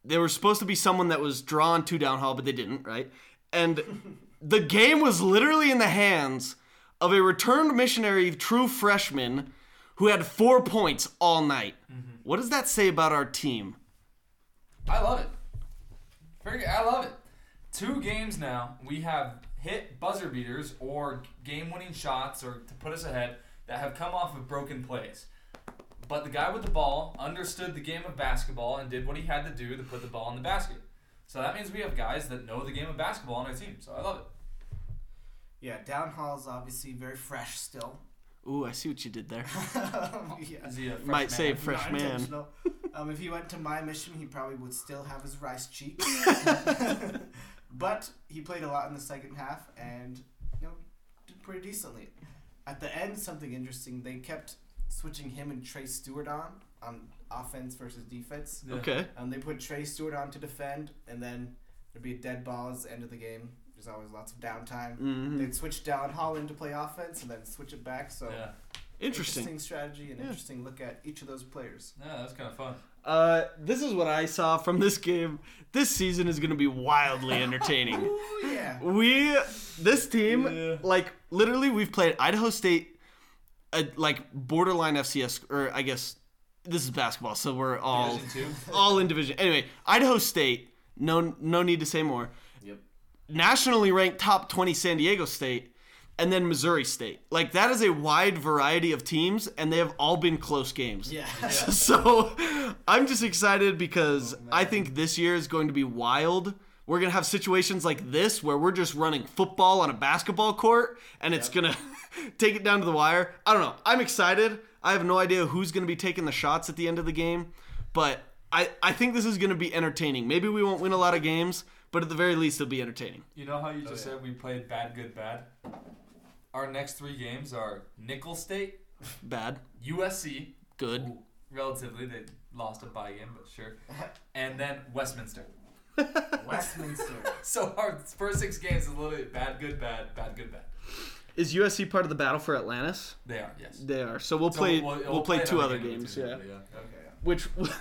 There was supposed to be someone that was drawn to Downhall, but they didn't, right? And the game was literally in the hands of a returned missionary, true freshman, who had four points all night. What does that say about our team?
I love it. Very, I love it. Two games now. We have hit buzzer beaters or game-winning shots or to put us ahead that have come off of broken plays. But the guy with the ball understood the game of basketball and did what he had to do to put the ball in the basket. So that means we have guys that know the game of basketball on our team. So I love it.
Yeah, Down Hall's obviously very fresh still. <laughs>
Ooh, I see what you did there.
yeah.
Is he a fresh
Might say
man?
fresh
Not
man.
intentional. um, if he went to my mission, he probably would still have his rice cheeks. <laughs> but he played a lot in the second half and you know did pretty decently. At the end, something interesting. They kept switching him and Trey Stewart on on offense versus defense.
Yeah.
Okay.
Um, they put Trey Stewart on to defend, and then there'd be a dead ball at the end of the game. There's always lots of downtime.
Mhm.
They'd switch down Holland to play offense, and then switch it back. So
Yeah.
Interesting.
strategy and
Yeah.
interesting look at each of those players.
Yeah, that was kind of fun.
Uh, this is what I saw from this game. This season is going to be wildly entertaining.
Oh yeah.
we this team
Yeah.
like literally we've played Idaho State uh, like borderline FCS or I guess this is basketball so we're all
Division two.
all in division anyway Idaho State no no need to say more
Yep.
nationally ranked top 20 San Diego State and then Missouri State like that is a wide variety of teams and they have all been close games
Yeah.
<laughs>
<laughs> so I'm just excited because I think this year is going to be wild. We're gonna have situations like this where we're just running football on a basketball court and it's gonna <laughs> take it down to the wire. I don't know. I'm excited. I have no idea who's gonna be taking the shots at the end of the game, but I, I think this is gonna be entertaining. Maybe we won't win a lot of games, but at the very least it'll be entertaining.
You know how you just
yeah.
said we played bad, good, bad. Our next three games are Nickel State,
Bad.
USC,
Good.
relatively they lost a bye game, but sure, and then
<laughs>
Westminster.
Westminster.
So our first six games is literally bad, good, bad, bad, good, bad.
Is USC part of the battle for Atlantis?
They are yes.
They are. So we'll
So
play we'll, play, two
another
other
game
games,
between
yeah.
them, but
Okay.
which <laughs>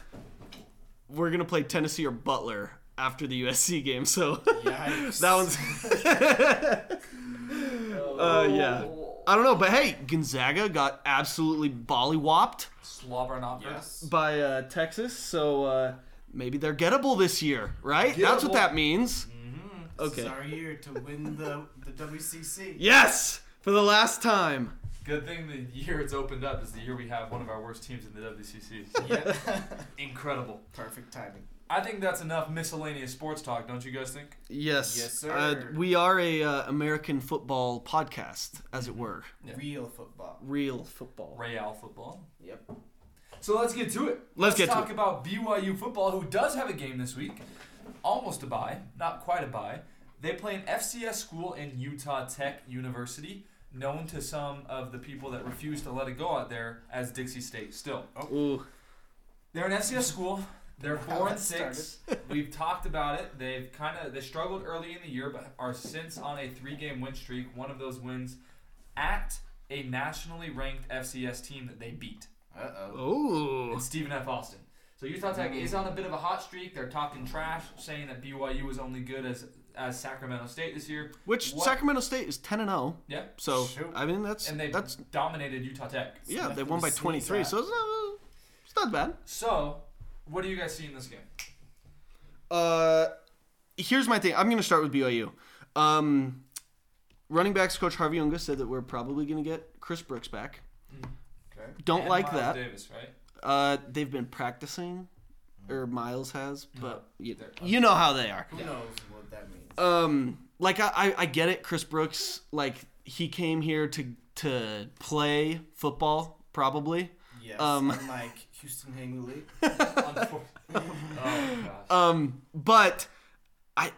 we're gonna play Tennessee or Butler after the USC game. So <laughs>
Yikes.
that one's.
yeah.
Uh, yeah. <laughs> I don't know, but hey, Gonzaga got absolutely bollywopped
Slobber knocker.
Yes.
by uh, Texas, so uh, maybe they're gettable this year, right? That's what
Gettable.
that means.
This is
Okay.
our year to win the, the WCC.
Yes, for the last time.
Good thing the year it's opened up is the year we have one of our worst teams in the WCC.
Yeah.
Incredible.
Perfect timing.
I think that's enough miscellaneous sports talk, don't you guys think?
Yes,
Yes, sir.
Uh, we are a uh, American football podcast, as it were,
Yeah.
Real football.
real football.
Real football.
Yep.
So let's get to it.
Let's get to
talk
it.
about BYU football, who does have a game this week. Almost a bye, not quite a bye. They play an FCS school in Utah Tech University, known to some of the people that refuse to let it go out there as Dixie State still.
Ooh,
They're an FCS school. They're
Wow,
four and
that
six. We've talked about it. They've kind of they struggled early in the year, but are since on a three-game win streak. One of those wins at a nationally ranked FCS team that they beat,
Uh oh.
ooh,
and Stephen F. Austin. So Utah Tech is on a bit of a hot streak. They're talking trash, saying that BYU is only good as as Sacramento State this year.
which
What-
Sacramento State is ten and oh? zero.
Yeah,
So
Shoot.
I mean that's
and they
that's
dominated Utah Tech.
yeah
nothing
they won by
to sneeze
twenty three,
at.
so it's not, it's not bad.
So, what do you guys see in this game?
Uh, here's my thing. I'm going to start with BYU. Um, running backs coach Harvey Unga said that we're probably going to get Chris Brooks back.
Okay.
Don't
And
like
Miles
that.
Davis, right?
Uh, they've been practicing, or Miles has, but you,
Mm-hmm. They're-
you know how they are.
Who knows what that means?
Um, like I, I, I get it. Chris Brooks, like he came here to to play football, probably.
Yes.
Um,
unlike Houston Hanguli.
<laughs>
Unfor- <laughs> oh gosh.
Um, but I,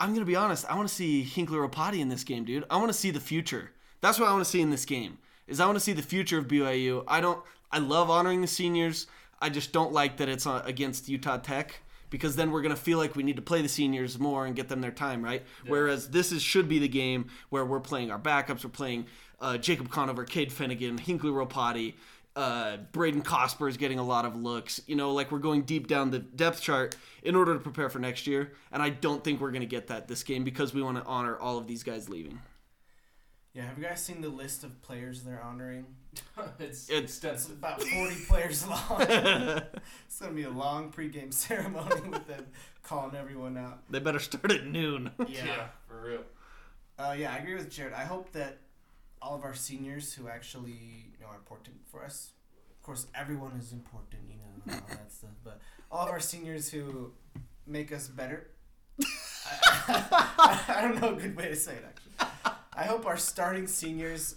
I'm gonna be honest. I want to see Hinkler Opati in this game, dude. I want to see the future. That's what I want to see in this game. Is I want to see the future of BYU. I don't. I love honoring the seniors. I just don't like that it's on, against Utah Tech because then we're gonna feel like we need to play the seniors more and get them their time, right? Whereas this is should be the game where we're playing our backups. We're playing uh, Jacob Conover, Cade Finnegan, Hinkley Ropati. Uh, Braden Cosper is getting a lot of looks. You know, like we're going deep down the depth chart in order to prepare for next year, and I don't think we're going to get that this game because we want to honor all of these guys leaving.
Yeah, have you guys seen the list of players they're honoring?
<laughs> it's,
It's-
It's
extensive.
about 40 players long. it's going to be a long pregame ceremony with them calling everyone out.
They better <laughs> start at noon.
for real.
Uh, yeah, I agree with Jared. I hope that all of our seniors who actually you know, are important for us, of course, everyone is important, you know, and all that stuff, but all of our seniors who make us better. I, <laughs> I don't know a good way to say it, actually. I hope our starting seniors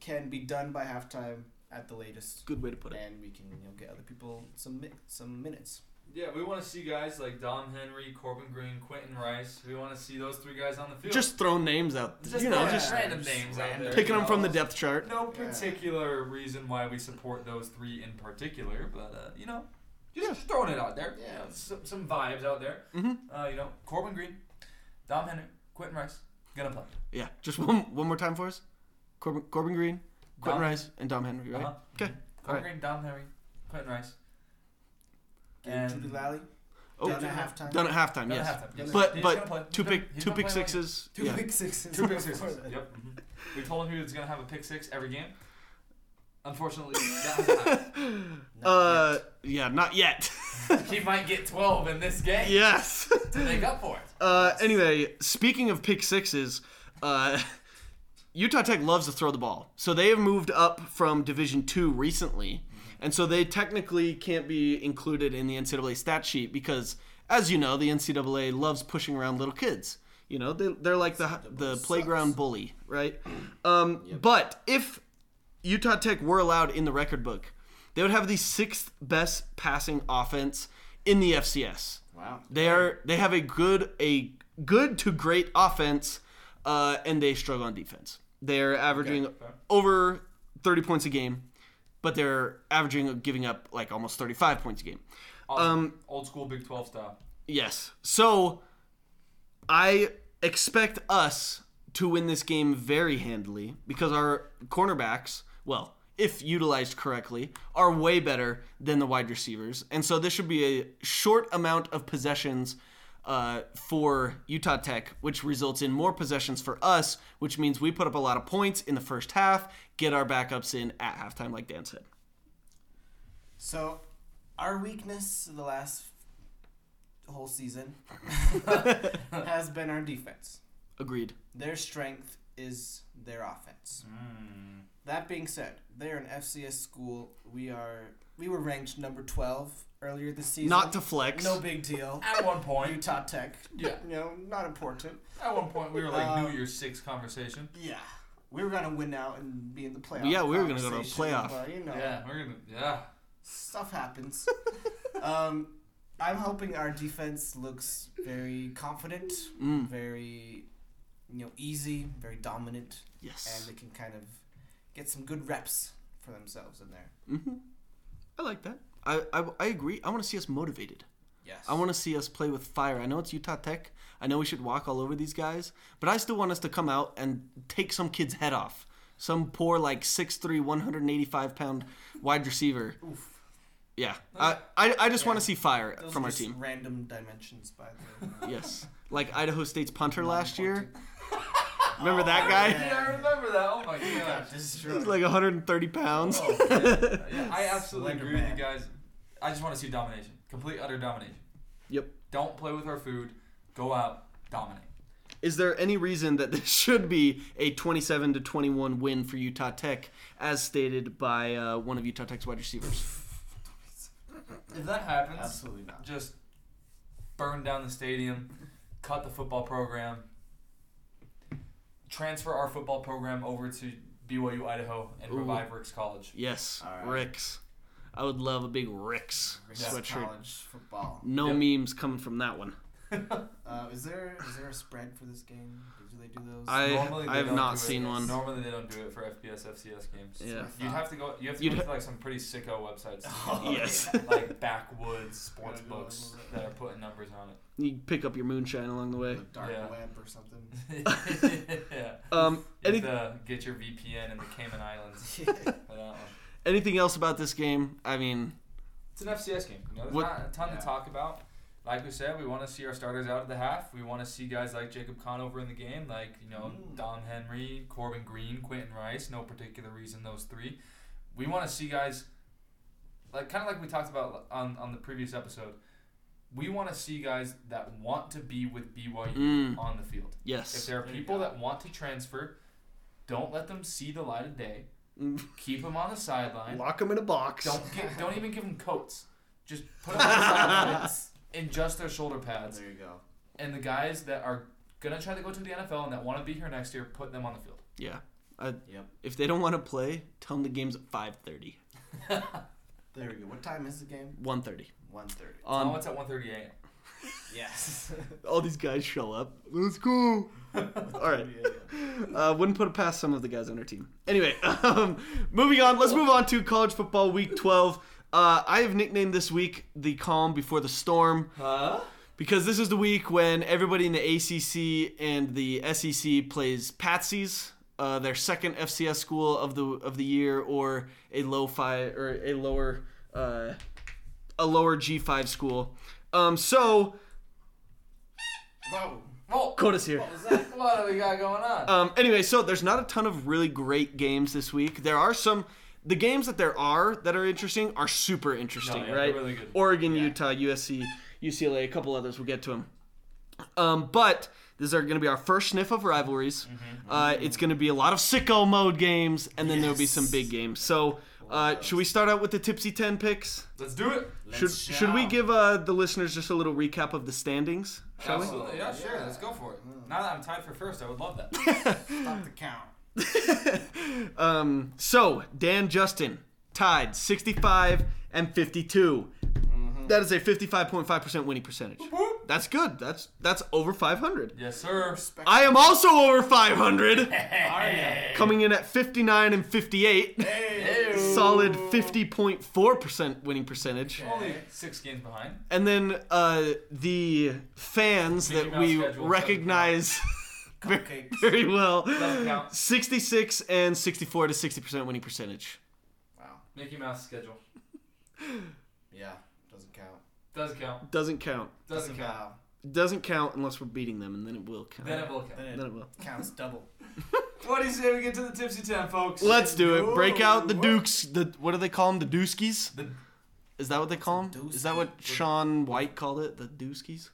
can be done by halftime at the latest,
Good way to put it.
and we can you know, get other people some mi- some minutes.
Yeah, we want to see guys like Dom Henry, Corbin Green, Quentin Rice. We want to see those three guys on the field.
Just throw names out.
Just
you know,
throw-
just
yeah. random names out there.
picking them from the depth chart.
no
Yeah.
particular reason why we support those three in particular, but uh, you know, just throwing it out there.
Yeah.
You know, some, some vibes out there.
Mhm.
Uh, you know, Corbin Green, Dom Henry, Quentin Rice, gonna play.
Yeah, just one one more time for us. Corbin, Corbin Green, Quentin
Dom-
Rice, and Dom Henry, right?
Uh-huh.
Okay.
Corbin Green, Dom Henry, Quentin Rice.
Give Julie Lally
Oh,
done at halftime.
done at halftime.
Gonna
Um, Yes,
have to-
Yes.
But-
he's
but
gonna play.
two
He's gonna-
pick
he's
two
gonna
pick
play like-
sixes.
Two
yeah.
big sixes.
Two pick
before
sixes. <laughs>
that.
Yep. hmm We told him he was gonna have a pick six every game.
<laughs>
Unfortunately, that hasn't happened.
Not
Uh,
yet.
yeah, not yet. <laughs>
he might get 12 in this game
yes.
to make up for it.
Uh, anyway, speaking of pick sixes, uh, <laughs> Utah Tech loves to throw the ball, so they have moved up from Division Two recently, and so they technically can't be included in the NCAA stat sheet because, as you know, the NCAA loves pushing around little kids. You know, they, they're like the the playground bully, right? Um, But if Utah Tech were allowed in the record book, they would have the sixth best passing offense in the FCS.
Wow.
They are they have a good a good to great offense, uh, and they struggle on defense. They're averaging over thirty points a game, but they're averaging giving up like almost thirty five points a game.
Um, old school Big 12 style.
Yes. So I expect us to win this game very handily because our cornerbacks, well, if utilized correctly, are way better than the wide receivers. And so this should be a short amount of possessions uh, for Utah Tech, which results in more possessions for us, which means we put up a lot of points in the first half, get our backups in at halftime, like Dan said.
So, our weakness the last whole
<laughs>
season has been our defense.
Agreed.
Their strength is their offense.
Mm.
That being said, they're an FCS school. We are we were ranked number 12 earlier this season.
Not to flex.
no big deal.
At one point,
Utah Tech.
Yeah.
You know, not important.
at one point, we were like
Um,
New Year's Six conversation.
Yeah. We were gonna win out and be in the playoff.
Yeah, we were gonna go to a
conversation,
playoff.
But, you know,
Yeah, we're gonna. Yeah,
stuff
<laughs>
happens. um, I'm hoping our defense looks very confident,
Mm.
very you know easy, very dominant, and
Yes.
they can kind of get some good reps for themselves in there.
hmm I like that. I, I, I agree. I want to see us motivated.
Yes.
I want to see us play with fire. I know it's Utah Tech. I know we should walk all over these guys, but I still want us to come out and take some kid's head off. Some poor, like 6'3, 185 pound wide receiver.
Oof.
Yeah. I, I, I just
Yeah.
want to see fire
Those
from
are
our
just
team.
Random dimensions, by the
<laughs>
way.
Yes. Like Idaho State's punter last year.
<laughs>
Remember that guy?
yeah, I remember that. Oh my gosh.
God, this is
<laughs> He's
true.
like 130 pounds.
Oh, yeah. Yeah, I absolutely
Slender
agree with you
man.
guys. I just want to see domination, complete utter domination.
Yep.
Don't play with our food. Go out, dominate.
Is there any reason that this <laughs> should be a 27 to 21 win for Utah Tech, as stated by uh, one of Utah Tech's wide receivers?
If that happens,
Absolutely not.
just burn down the stadium, cut the football program, transfer our football program over to BYU Idaho and
Ooh.
revive Ricks College.
Yes,
All right.
Ricks. I would love a big Ricks
Yes,
sweatshirt.
College football.
No
Yep.
memes coming from that one.
Uh, is there is there a spread for this game? Do they do those?
I-
Normally
I
they
have
don't
not
do it.
seen one.
Normally they don't do it for FBS FCS games.
Yeah.
You'd have to go. You have to
You'd
go
ha-
to like some pretty sicko websites.
<laughs>
to
Oh,
find,
Yes.
<laughs> like backwoods sports
Gotta go
books
look.
that are putting numbers
<laughs>
on it. <laughs>
You pick up your moonshine along the way.
the dark
Yeah.
web or something. <laughs>
yeah.
Um,
You
any,
have to get your VPN in the Cayman
<laughs>
Islands for that one.
anything else about this game? I mean,
It's an FCS game. You know, there's
What-
not a ton
Yeah.
to talk about. Like we said, we want to see our starters out at the half. We want to see guys like Jacob Conover in the game, like you know
Mm.
Dom Henry, Corbin Green, Quentin Rice. No particular reason those three. We want to see guys like kind of like we talked about on on the previous episode. We want to see guys that want to be with BYU
Mm.
on the field. If
yes.
there are
There you
people
go.
that want to transfer, don't let them see the light of day.
Mm.
Keep them on the sideline.
Lock them in a box.
Don't give, <laughs> don't even give them coats. Just put them on the sideline in just their shoulder pads.
there you go.
And the guys that are gonna try to go to the NFL and that want to be here next year, put them on the field.
Yeah.
Yep.
If they don't want to play, tell them the game's at 5:30,
There we go. What time is the game?
1:30.
1.30.
Um,
On
it's at 1:30 a.m.
Yes.
all these guys show up. Let's go. all right. Uh, wouldn't put it past some of the guys on our team. Anyway, <laughs> um, moving on. Let's move on to college football week 12. Uh, I have nicknamed this week the calm before the storm
Huh?
because this is the week when everybody in the ACC and the SEC plays patsies, uh, their second FCS school of the of the year, or a low five or a lower uh, a lower G five school. Um, so
Whoa.
Oh,
Coda's here.
What was that?
what do we got going on?
Um, anyway, so there's not a ton of really great games this week. There are some. The games that there are that are interesting are super interesting,
No, yeah,
right?
they're really good.
Oregon, Utah, USC, UCLA, a couple others. We'll get to them. Um, but these are going to be our first sniff of rivalries.
Mm-hmm,
Uh, it's going to be a lot of sicko mode games, and then there'll be some big games. So, uh, should we start out with the tipsy ten picks?
Let's do it.
Should should we give uh, the listeners just a little recap of the standings? Shall we?
Absolutely. Yeah, Mm. sure. Let's go for it. Now that I'm tied for first, I would love that. <laughs>
Stop the count.
Um, so Dan Justin tied 65 and 52. That is a 55.5% winning percentage. That's good. That's that's over 500.
yes, sir.
Respect.
I am also over
Are
500,
ya?
coming in at 59 and 58.
Hey.
Solid 50.4% winning percentage.
Only six games behind.
And then uh, the fans
Mickey
that
Mouse
we
schedule doesn't
recognize
<laughs> Cupcakes.
<laughs> very well
Doesn't count.
66 and 64 to 60% winning percentage.
Wow.
Mickey Mouse schedule
Yeah. Doesn't count.
does count.
Doesn't count.
Doesn't count.
count.
doesn't count unless we're beating them, and then it will count.
Then it will count.
Then
Then
it
it will.
counts double.
What do you say we get to the tipsy ten, folks?
Let's do it. Break out the
Ooh.
Dukes. The what do they call them? The Dooskies.
The-
Is that what they call them?
Dooski?
Is that what Sean White called it? The Dooskies.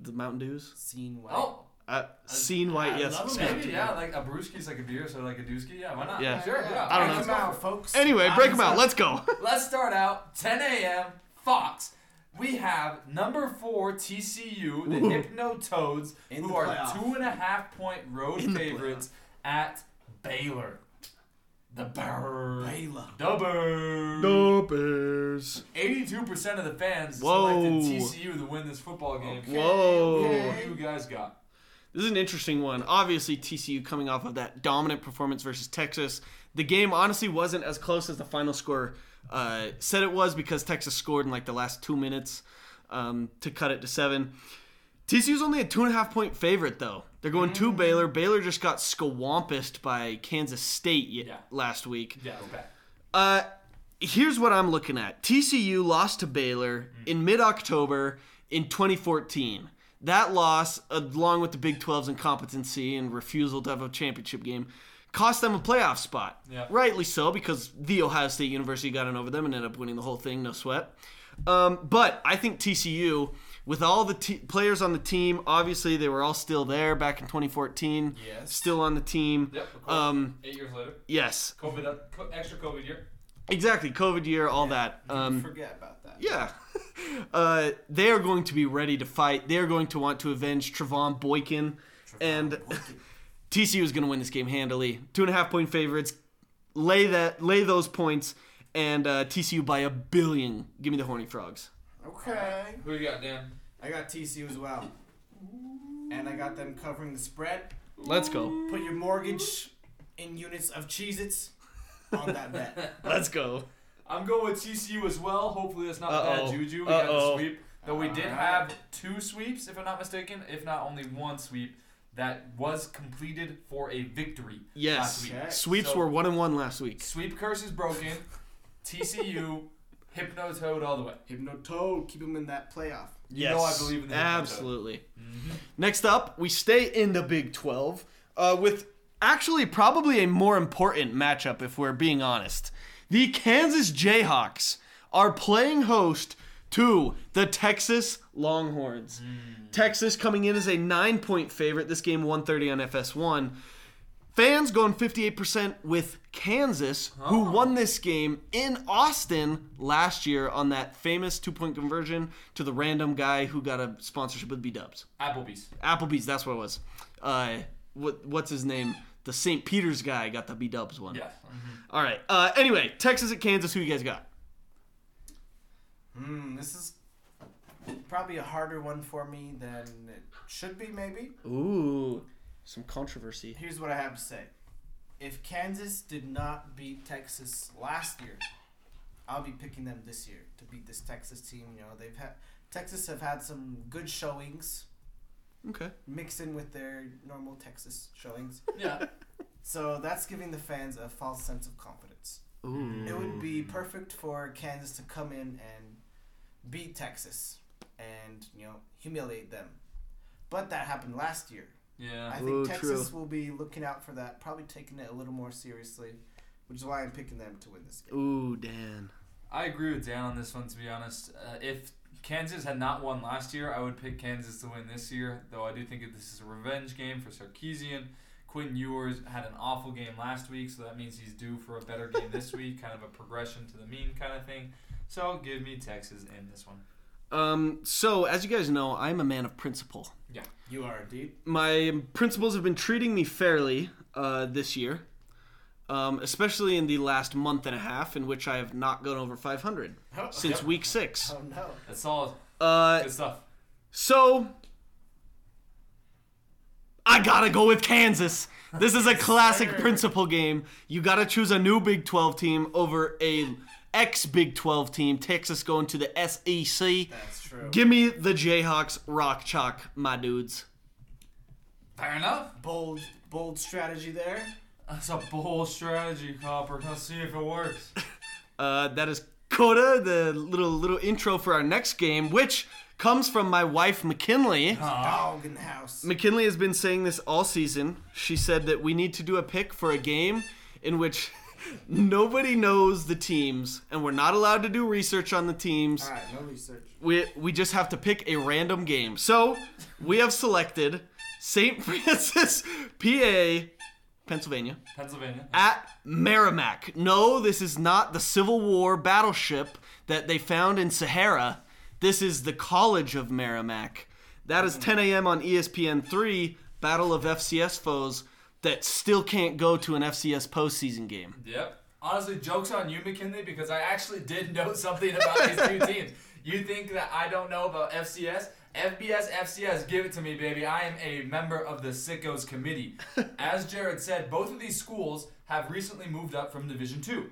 The Mountain Dews.
Scene white.
Oh,
Uh, seen White.
I
Yes.
love 'em,
Scene
man.
White.
maybe yeah. Like a brewski's like a beer, so like a dooski. Yeah, why not?
Yeah.
sure. Yeah.
I don't know.
Break 'em out, folks.
Anyway, break them out. Let's go.
Let's start out 10 a.m. Fox. We have number four TCU, the
Ooh.
Hypno Toads,
In
who
the
are
playoff.
two and a half point road
In the
favorites at Baylor. The Bear.
Baylor.
The Bear.
The Bears.
82% of the fans
Whoa.
selected TCU to win this football game.
Whoa.
What do you guys got?
This is an interesting one. Obviously, TCU coming off of that dominant performance versus Texas. The game honestly wasn't as close as the final score uh, said it was because Texas scored in like the last two minutes um, to cut it to seven. TCU's only a two and a half point favorite though. They're going to Baylor. Baylor just got squampused by Kansas State y-
Yeah.
last week.
Yeah, okay.
Uh, here's what I'm looking at. TCU lost to Baylor
Mm.
in mid-October in 2014. That loss, along with the Big 12's incompetency and refusal to have a championship game, cost them a playoff spot.
Yeah.
Rightly so, because the Ohio State University got in over them and ended up winning the whole thing. No sweat. Um, but I think TCU, with all the t- players on the team, obviously they were all still there back in 2014.
Yes.
Still on the team.
Yep, of course.
Um,
Eight years later.
yes.
COVID, up- co- extra COVID year.
Exactly. COVID year, all that.
Um,
Um,
forget about that.
yeah. <laughs> Uh, they are going to be ready to fight. They are going to want to avenge Travon Boykin. and TCU is going to win this game handily. Two and a half point favorites. Lay that. Lay those points. And uh, TCU by a billion. Give me the Horny Frogs.
<laughs> Okay.
Who you got, Dan?
I got TCU as well. And I got them covering the spread.
Let's go.
Put your mortgage in units of Cheez Its on that <laughs> bet.
Let's go.
I'm going with TCU as well. Hopefully, that's not
Uh-oh.
bad juju. We got
Uh-oh.
the sweep. Though we did
Alright.
have two sweeps, if I'm not mistaken, if not only one sweep that was completed for a victory.
Yes.
Last
week.
Sweeps
So-
were one and one last week.
Sweep curse is broken. TCU, Hypno Toad all the way.
Hypno Toad, keep him in that playoff.
You know I believe in the Mm-hmm. Hypno Toad.
Absolutely. Next up, we stay in the Big 12 uh, with actually probably a more important matchup if we're being honest. The Kansas Jayhawks are playing host to the Texas Longhorns.
Mm.
Texas coming in as a 9-point favorite this game 130 on FS1. Fans going 58% with Kansas, who won this game in Austin last year on that famous two point conversion to the random guy who got a sponsorship with B Dubs.
Applebee's.
Applebee's, that's what it was. Uh, what, what's his name? The St. Peter's guy got the B Dubs one.
Yes.
All right. Uh, anyway, Texas at Kansas, who you guys got?
Hmm, this is probably a harder one for me than it should be, maybe.
Ooh, some controversy.
Here's what I have to say. If Kansas did not beat Texas last year, I'll be picking them this year to beat this Texas team. You know, they've had Texas have had some good showings
Okay.
mixed in with their normal Texas showings.
Yeah.
So that's giving the fans a false sense of confidence.
Ooh.
It would be perfect for Kansas to come in and beat Texas and, you know, humiliate them. But that happened last year. I
Yeah.
think
Ooh,
Texas will be looking out for that, probably taking it a little more seriously, which is why I'm picking them to win this game.
Ooh, Dan.
I agree with Dan on this one, to be honest. Uh, if Kansas had not won last year, I would pick Kansas to win this year, though I do think that this is a revenge game for Sarkeesian. Quinn Ewers had an awful game last week, so that means he's due for a better game this week, kind of a progression to the mean kind of thing. So give me Texas in this one.
Um, so, as you guys know, I'm a man of principle.
You are deep.
my principals have been treating me fairly uh, this year, um, especially in the last month and a half, in which I have not gone over 500
Oh,
since
Yep.
week six.
oh no.
That's solid.
Uh,
Good stuff.
so I gotta go with Kansas. This is a classic principal game. You gotta choose a new Big 12 team over a ex Big 12 team. Texas going to the SEC.
That's true.
Give me the Jayhawks rock chalk, my dudes.
Fair enough.
bold, bold strategy there.
That's a bold strategy, Copper. Let's see if it works.
Uh, that is Coda, the little little intro for our next game, which comes from my wife, McKinley.
Ah. Dog in the house.
McKinley has been saying this all season. She said that we need to do a pick for a game in which <laughs> nobody knows the teams and we're not allowed to do research on the teams.
All right, no research.
We we just have to pick a random game. So, we have selected St. <laughs> Francis, PA, Pennsylvania
Pennsylvania.
at Merrimack. No, this is not the Civil War battleship that they found in Sahara. This is the College of Merrimack. That is 10 a.m. on E ESPN3, Battle of FCS Foes, that still can't go to an FCS postseason game.
Yep. Honestly, joke's on you, McKinley, because I actually did know <laughs> something about these two teams. You think that I don't know about FCS? FBS, FCS, give it to me, baby. I am a member of the Sickos Committee. As Jared said, both of these schools have recently moved up from Division Two.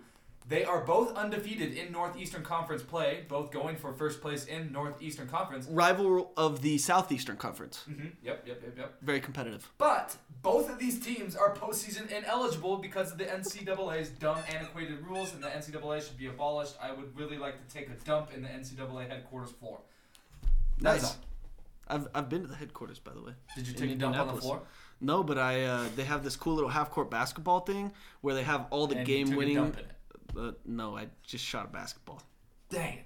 They are both undefeated in Northeastern Conference play, both going for first place in Northeastern Conference.
Rival of the Southeastern Conference.
hmm Yep, yep, yep, yep.
Very competitive.
But both of these teams are postseason ineligible because of the NCAA's dumb, antiquated rules, and the NCAA should be abolished. I would really like to take a dump in the NCAA headquarters floor. That is
Nice.
all.
I've, I've been to the headquarters, by the way.
Did you
In
take a dump on the
Indianapolis.
floor?
No, but I uh, they have this cool little half-court basketball thing where they have all the
And you took a
game-winning.
dump in it.
Uh, no, I just shot a basketball.
Dang it.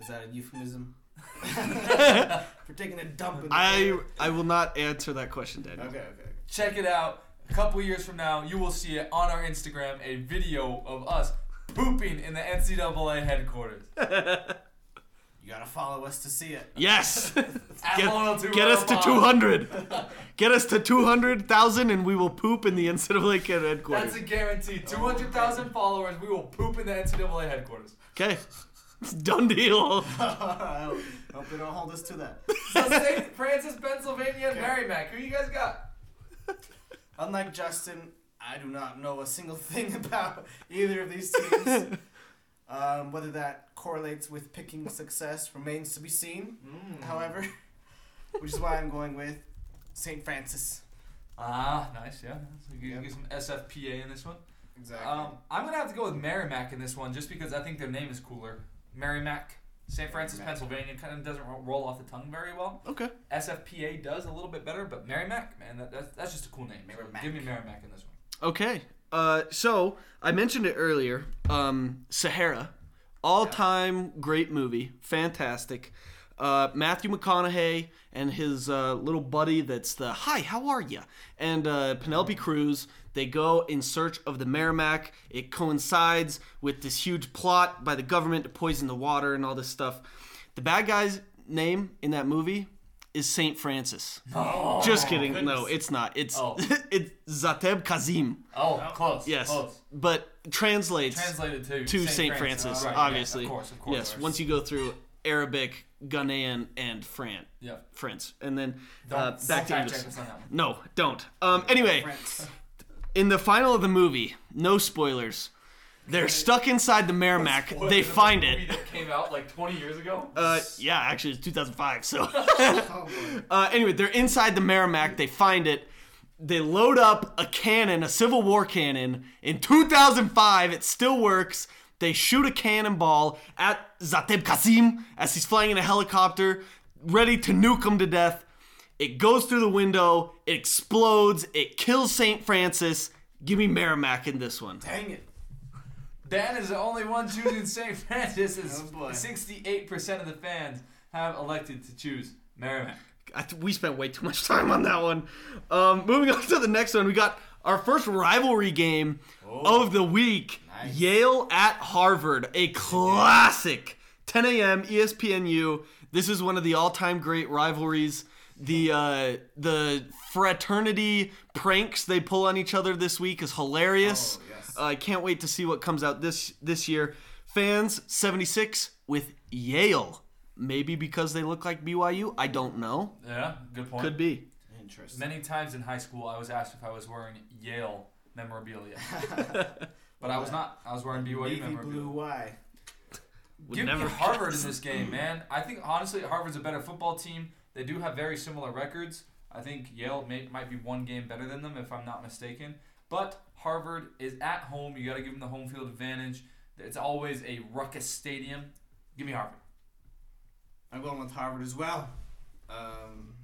Is that a <laughs> euphemism? For taking a dump in the
I
air.
I will not answer that question, Daniel.
Okay, okay. okay.
Check it out. A couple years from now, you will see it on our Instagram a video of us pooping in the NCAA headquarters.
You gotta follow us to see it. <laughs>
Yes.
At
get,
Loyal
<laughs> get us to
205.
200. get us to 200,000 and we will poop in the NCAA kid
That's
headquarters.
a
Oh
guarantee. 200,000 followers, we will poop in the NCAA headquarters.
okay. <laughs> It's done deal.
I hope hope they don't hold us to that.
So <laughs> St. Francis, Pennsylvania, and Merrimack. Who you guys got?
Unlike Justin, I do not know a single thing <laughs> about either of these teams. <laughs> um, whether that correlates with picking success remains to be seen, however, <laughs> which is why I'm going with St. Francis.
Ah, nice. Yeah, so you
Yeah.
get some SFPA in this one.
Exactly.
Um, I'm gonna have to go with Merrimack in this one, just because I think their name is cooler. Merrimack, St. Francis,
Merrimack.
Pennsylvania, kind of doesn't ro- roll off the tongue very well.
Okay.
SFPA does a little bit better, but Merrimack, man, that, that's, that's just a cool name. So
Merrimack.
give me Merrimack in this one.
Okay. Uh, so I mentioned it earlier. Um, Sahara, all-time great movie, fantastic. Uh, Matthew McConaughey and his uh, little buddy that's the hi, how are you? And uh, Penelope Cruz. They go in search of the Merrimack. It coincides with this huge plot by the government to poison the water and all this stuff. The bad guy's name in that movie is Saint Francis. Just kidding. No, it's not. It's
Oh.
<laughs> it's Zateb Kazim
Oh, close.
yes,
Close.
but translates
Translated to
to Saint Francis,
Right, yeah,
obviously.
of course, of course.
Yes, once you go through Arabic, Ghanaian, and Fran,
Yeah.
France, and then
Don't,
uh,
don't
back to
fact
English.
check us on that one.
No, don't. Um, anyway,
France.
in the final of the movie, no spoilers. They're stuck inside the Merrimack.
What
They
is a
find
movie
it.
that came out like 20 years ago.
Uh, yeah, actually, it's 2005. So. <laughs>
Oh, boy.
Uh, anyway, they're inside the Merrimack. They find it. They load up a cannon, a Civil War cannon. In 2005, it still works. They shoot a cannonball at Zateb Kasim as he's flying in a helicopter, ready to nuke him to death. It goes through the window. It explodes. It kills St. Francis. Give me Merrimack in this one.
Dang it.
Dan is the only one choosing <laughs> St. Francis. As
Oh, boy.
68% of the fans have elected to choose Merrimack.
I th- we spent way too much time on that one. Um, moving on to the next one, we got our first rivalry game of the week:
Oh. Nice.
Yale at Harvard, a classic. 10 a.m. ESPNU. This is one of the all-time great rivalries. The uh, the fraternity pranks they pull on each other this week is hilarious.
Oh, yes.
Uh, I can't wait to see what comes out this this year. Fans 76 with Yale. Maybe because they look like BYU. I don't know.
Yeah, good point.
Could be.
Interesting.
Many times in high school, I was asked if I was wearing Yale
<laughs>
memorabilia. but I was not. I was wearing BYU
Navy blue
memorabilia.
Y.
Would
Give
never.
me
<laughs>
Harvard in this game, man. I think, honestly, Harvard's a better football team. They do have very similar records. I think Yale may, might be one game better than them, if I'm not mistaken. But Harvard is at home. You got to give them the home field advantage. It's always a ruckus stadium. Give me Harvard.
I'm going with Harvard as well. Um,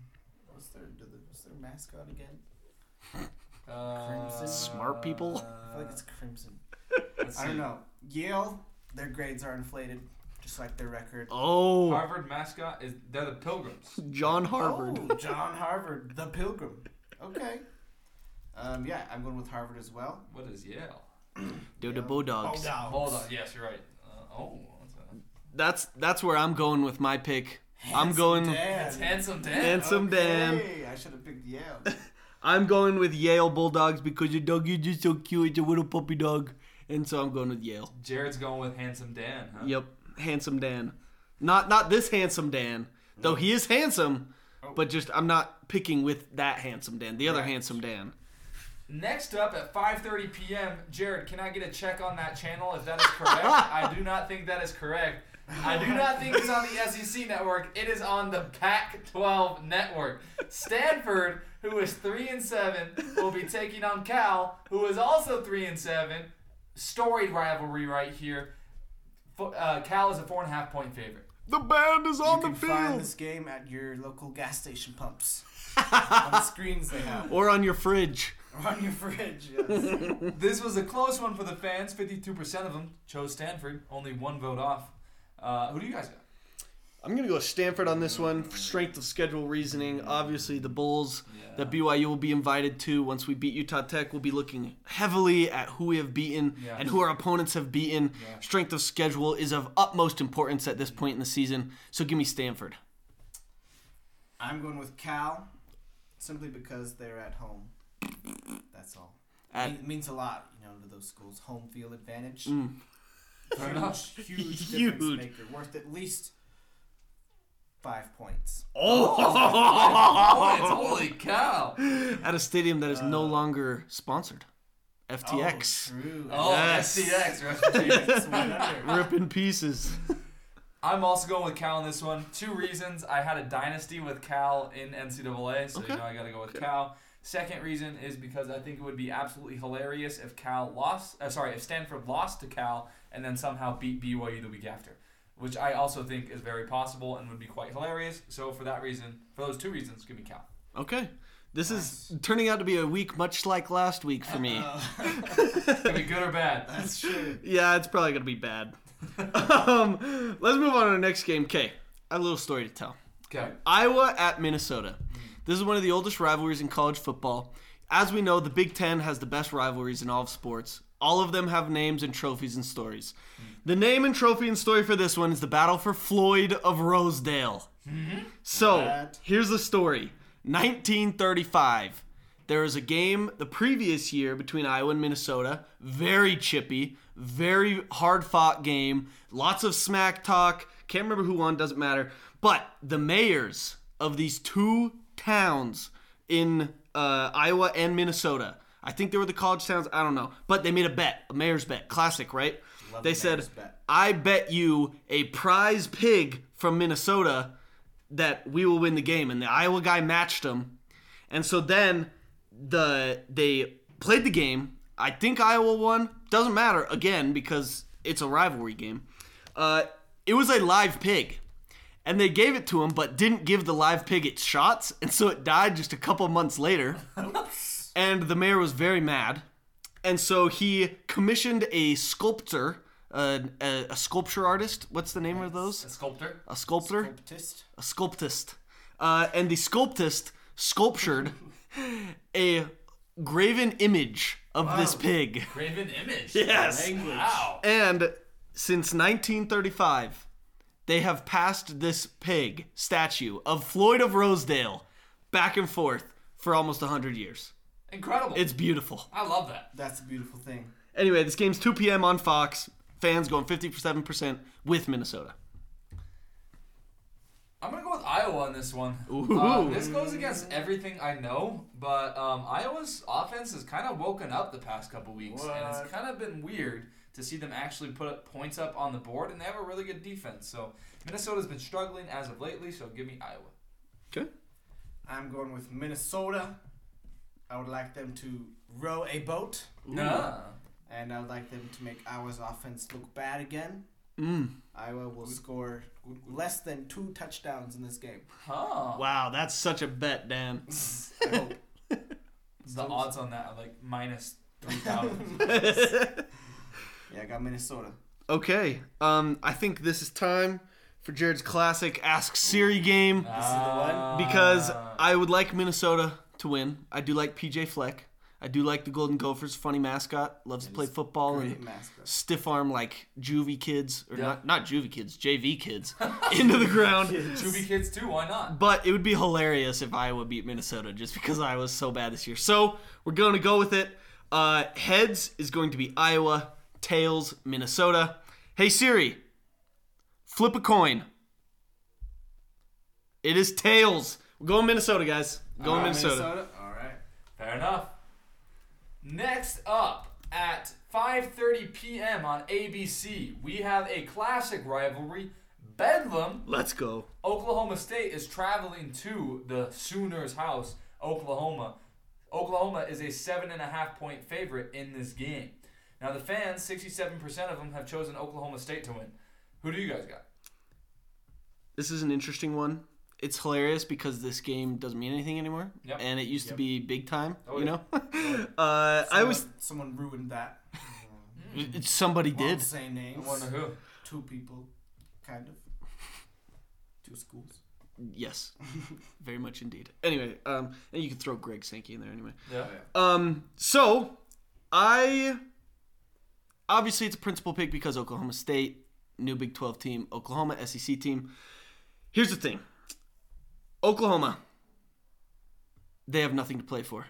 what's their do they- what's their mascot again?
Uh,
Smart people?
I feel like it's crimson.
let's
I don't
see.
know. Yale, their grades are inflated, just like their record.
Oh,
Harvard mascot is they're the Pilgrims.
John Harvard.
Oh, John Harvard, the Pilgrim. Okay. Um, yeah, I'm going with Harvard as well.
What is Yale?
They're the
Yeah. Oh,
Bulldogs.
Bulldogs.
Hold on. Yes, you're right. Uh, oh, what's that?
That's that's where I'm going with my pick. I'm going.
Dan.
It's handsome Dan.
Handsome Dan.
Okay, I should have picked Yale.
I'm going with Yale Bulldogs because your dog is just so cute. It's a little puppy dog, and so I'm going with Yale.
Jared's going with handsome Dan. Huh?
Yep, handsome Dan. Not not this handsome Dan, though he is handsome,
Oh.
but just I'm not picking with that handsome Dan. The other
Right.
handsome Dan.
Next up at 5:30 p.m. Jared, can I get a check on that channel if that is correct? I do not think that is correct. I do not think it's on the SEC network. It is on the Pac-12 network. Stanford, who is three and seven, will be taking on Cal, who is also three and seven. Storied rivalry right here. Fo- Uh, Cal is a four and a half point favorite.
The band is
You
<laughs> on
can
the field,
find this game at your local gas station pumps. on the screens they
<laughs>
have.
or on your fridge.
Or on your fridge, yes.
This was a close one for the fans. 52% of them chose Stanford. Only one vote off. Uh, who do you guys got?
I'm gonna go Stanford on this one. For strength of schedule reasoning. Obviously, the Bulls that BYU will be invited to once we beat Utah Tech. We'll be looking heavily at who we have beaten
Yeah.
and who our opponents have beaten. Strength of schedule is of utmost importance at this point in the season. So give me Stanford.
I'm going with Cal, simply because they're at home. That's all.
At-
it means a lot, you know, to those schools. Home field advantage.
Fair enough.
Huge, huge,
Mm. Huge. <laughs>
difference maker. Worth at least five points.
Oh, it's- <laughs> holy cow.
at a stadium that is no longer sponsored. FTX.
Oh, true.
Oh,
Yes.
SDX. Refugees.
<laughs> That's one under.
Rip in pieces.
I'm also going with Cal on this one. Two reasons. I had a dynasty with Cal in NCAA, so you know I got to go with Cal. Second reason is because I think it would be absolutely hilarious if Cal lost. Uh, sorry, if Stanford lost to Cal and then somehow beat BYU the week after, which I also think is very possible and would be quite hilarious. So for that reason, for those two reasons, give me Cal.
Okay. This is turning out to be a week much like last week for me.
Could be good or
<laughs>
bad.
That's true.
Yeah, it's probably gonna be bad. um, let's move on to the next game. K, I have a little story to tell.
Okay.
Iowa at Minnesota. This is one of the oldest rivalries in college football. As we know, the Big Ten has the best rivalries in all of sports. All of them have names and trophies and stories. The name and trophy and story for this one is the battle for Floyd of Rosedale. So
What?
here's the story 1935. There was a game the previous year between Iowa and Minnesota. Very chippy, very hard fought game. Lots of smack talk. Can't remember who won, doesn't matter. But the mayors of these two towns in uh, Iowa and Minnesota, I think they were the college towns, I don't know. But they made a bet, a mayor's bet. Classic, right?
Love
they
the
said,
mayor's bet.
I bet you a prize pig from Minnesota that we will win the game. And the Iowa guy matched him. And so then the they played the game. I think Iowa won. Doesn't matter again because it's a rivalry game. Uh, it was a live pig, and they gave it to him, but didn't give the live pig its shots, and so it died just a couple months later. and the mayor was very mad, and so he commissioned a sculptor, uh, a, a sculpture artist. What's the name of those?
A sculptor.
A sculptor
Baptist.
a sculptist, uh, and the sculptist sculptured a graven image of this pig.
Raven image.
Yes.
Wow.
And since 1935, they have passed this pig statue of Floyd of Rosedale back and forth for almost 100 years.
Incredible.
It's beautiful.
I love that.
That's a beautiful thing.
Anyway, this game's 2 p.m. on Fox. Fans going 57% with Minnesota.
I'm gonna go with Iowa on this one. Uh, this goes against everything I know, but um, Iowa's offense has kind of woken up the past couple weeks, and it's
What?
kind of been weird to see them actually put up points up on the board, and they have a really good defense. So Minnesota's been struggling as of lately, so give me Iowa.
Okay.
I'm going with Minnesota. I would like them to row a boat,
Nah.
and I would like them to make Iowa's offense look bad again.
Mm.
Iowa will score less than two touchdowns in this
<laughs>
game.
Huh.
Wow, that's such a bet, Dan. <laughs>
I hope.
The odds on that are like minus 3,000.
Yeah, I got Minnesota.
okay, um, I think this is time for Jared's classic Ask Siri game
Ah.
because I would like Minnesota to win. I do like PJ Fleck. I do like the Golden Gophers, funny mascot, loves to play football
Great
and
mascot.
stiff arm like juvie kids or
Yeah.
not not juvie kids, JV kids into the ground.
Juvie kids too, why not?
But it would be hilarious if Iowa beat Minnesota just because Iowa's so bad this year. So we're going to go with it. Uh, heads is going to be Iowa, tails, Minnesota. Hey Siri, flip a coin. It is tails. We're going Minnesota, guys. We're going
All right,
Minnesota.
All right.
Fair enough. Next up at 5:30 p.m. on ABC, we have a classic rivalry. Bedlam,
Let's go.
Oklahoma State is traveling to the Sooners' house, Oklahoma. Oklahoma is a seven and a half point favorite in this game. Now the fans, 67% of them have chosen Oklahoma State to win. Who do you guys got?
This is an interesting one. It's hilarious because this game doesn't mean anything anymore,
Yep.
and it used to be big time.
Oh,
you
yeah.
know, <laughs> uh, I was
Someone- someone ruined
<laughs>
that.
somebody did.
Won't say
I
names.
wonder who.
Two people, kind of. Two schools.
Yes, <laughs> very much indeed. Anyway, um, and you can throw Greg Sankey in there anyway.
Yeah.
Um, so I obviously it's a principal pick because Oklahoma State, new Big Twelve team, Oklahoma SEC team. Here's the thing, Oklahoma, they have nothing to play for.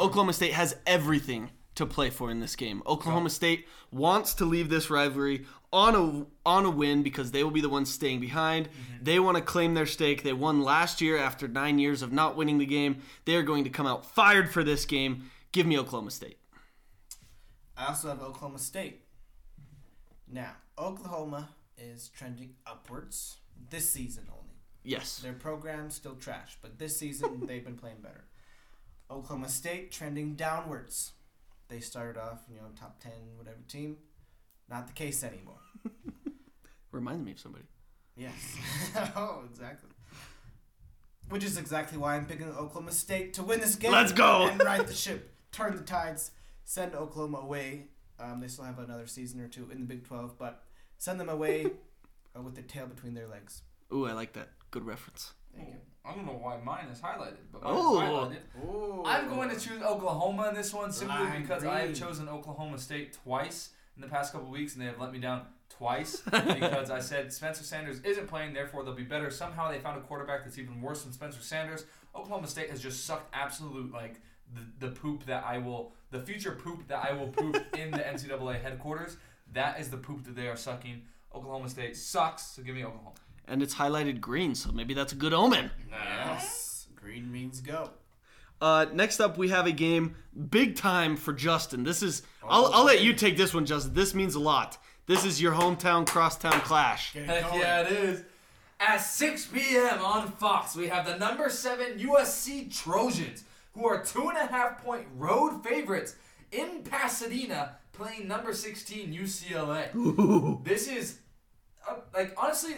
Oklahoma State has everything to play for in this game. Oklahoma State wants to leave this rivalry on a on a win because they will be the ones staying behind. They want to claim their stake. They won last year after 9 years of not winning the game. They are going to come out fired for this game. Give me Oklahoma State.
I also have Oklahoma State. Now, Oklahoma is trending upwards this season only.
Yes.
Their program's still trash, but this
<laughs>
season they've been playing better. Oklahoma State trending downwards. They started off, you know, top 10, whatever team. Not the case anymore.
Reminds me of somebody.
Yes. <laughs> oh, exactly. Which is exactly why I'm picking Oklahoma State to win this game.
Let's go.
<laughs> And right the ship, turn the tides, send Oklahoma away. Um, they still have another season or two in the Big 12, but send them away uh, with their tail between their legs.
Ooh, I like that. Good reference.
Thank you.
I don't know why mine is highlighted, but mine
Oh.
is highlighted.
Ooh.
I'm going to choose Oklahoma in this one simply
Lime
because I have
green.
chosen Oklahoma State twice in the past couple weeks, and they have let me down twice because I said Spencer Sanders isn't playing, therefore they'll be better. Somehow they found a quarterback that's even worse than Spencer Sanders. Oklahoma State has just sucked absolute like the, the poop that I will the future poop that I will
<laughs>
poop in the NCAA headquarters. That is the poop that they are sucking. Oklahoma State sucks, so give me Oklahoma.
And it's highlighted green, so maybe that's a good omen.
Yes. Green means go.
Uh, next up, we have a game big time for Justin. This is I'll, I'll let you take this one, Justin. This means a lot. This is your hometown crosstown clash.
Get it
Heck
going.
yeah, it is. At 6 p.m. on Fox, we have the number seven USC Trojans, who are two and a half point road favorites in Pasadena, playing number 16 UCLA. this is, uh, like, honestly,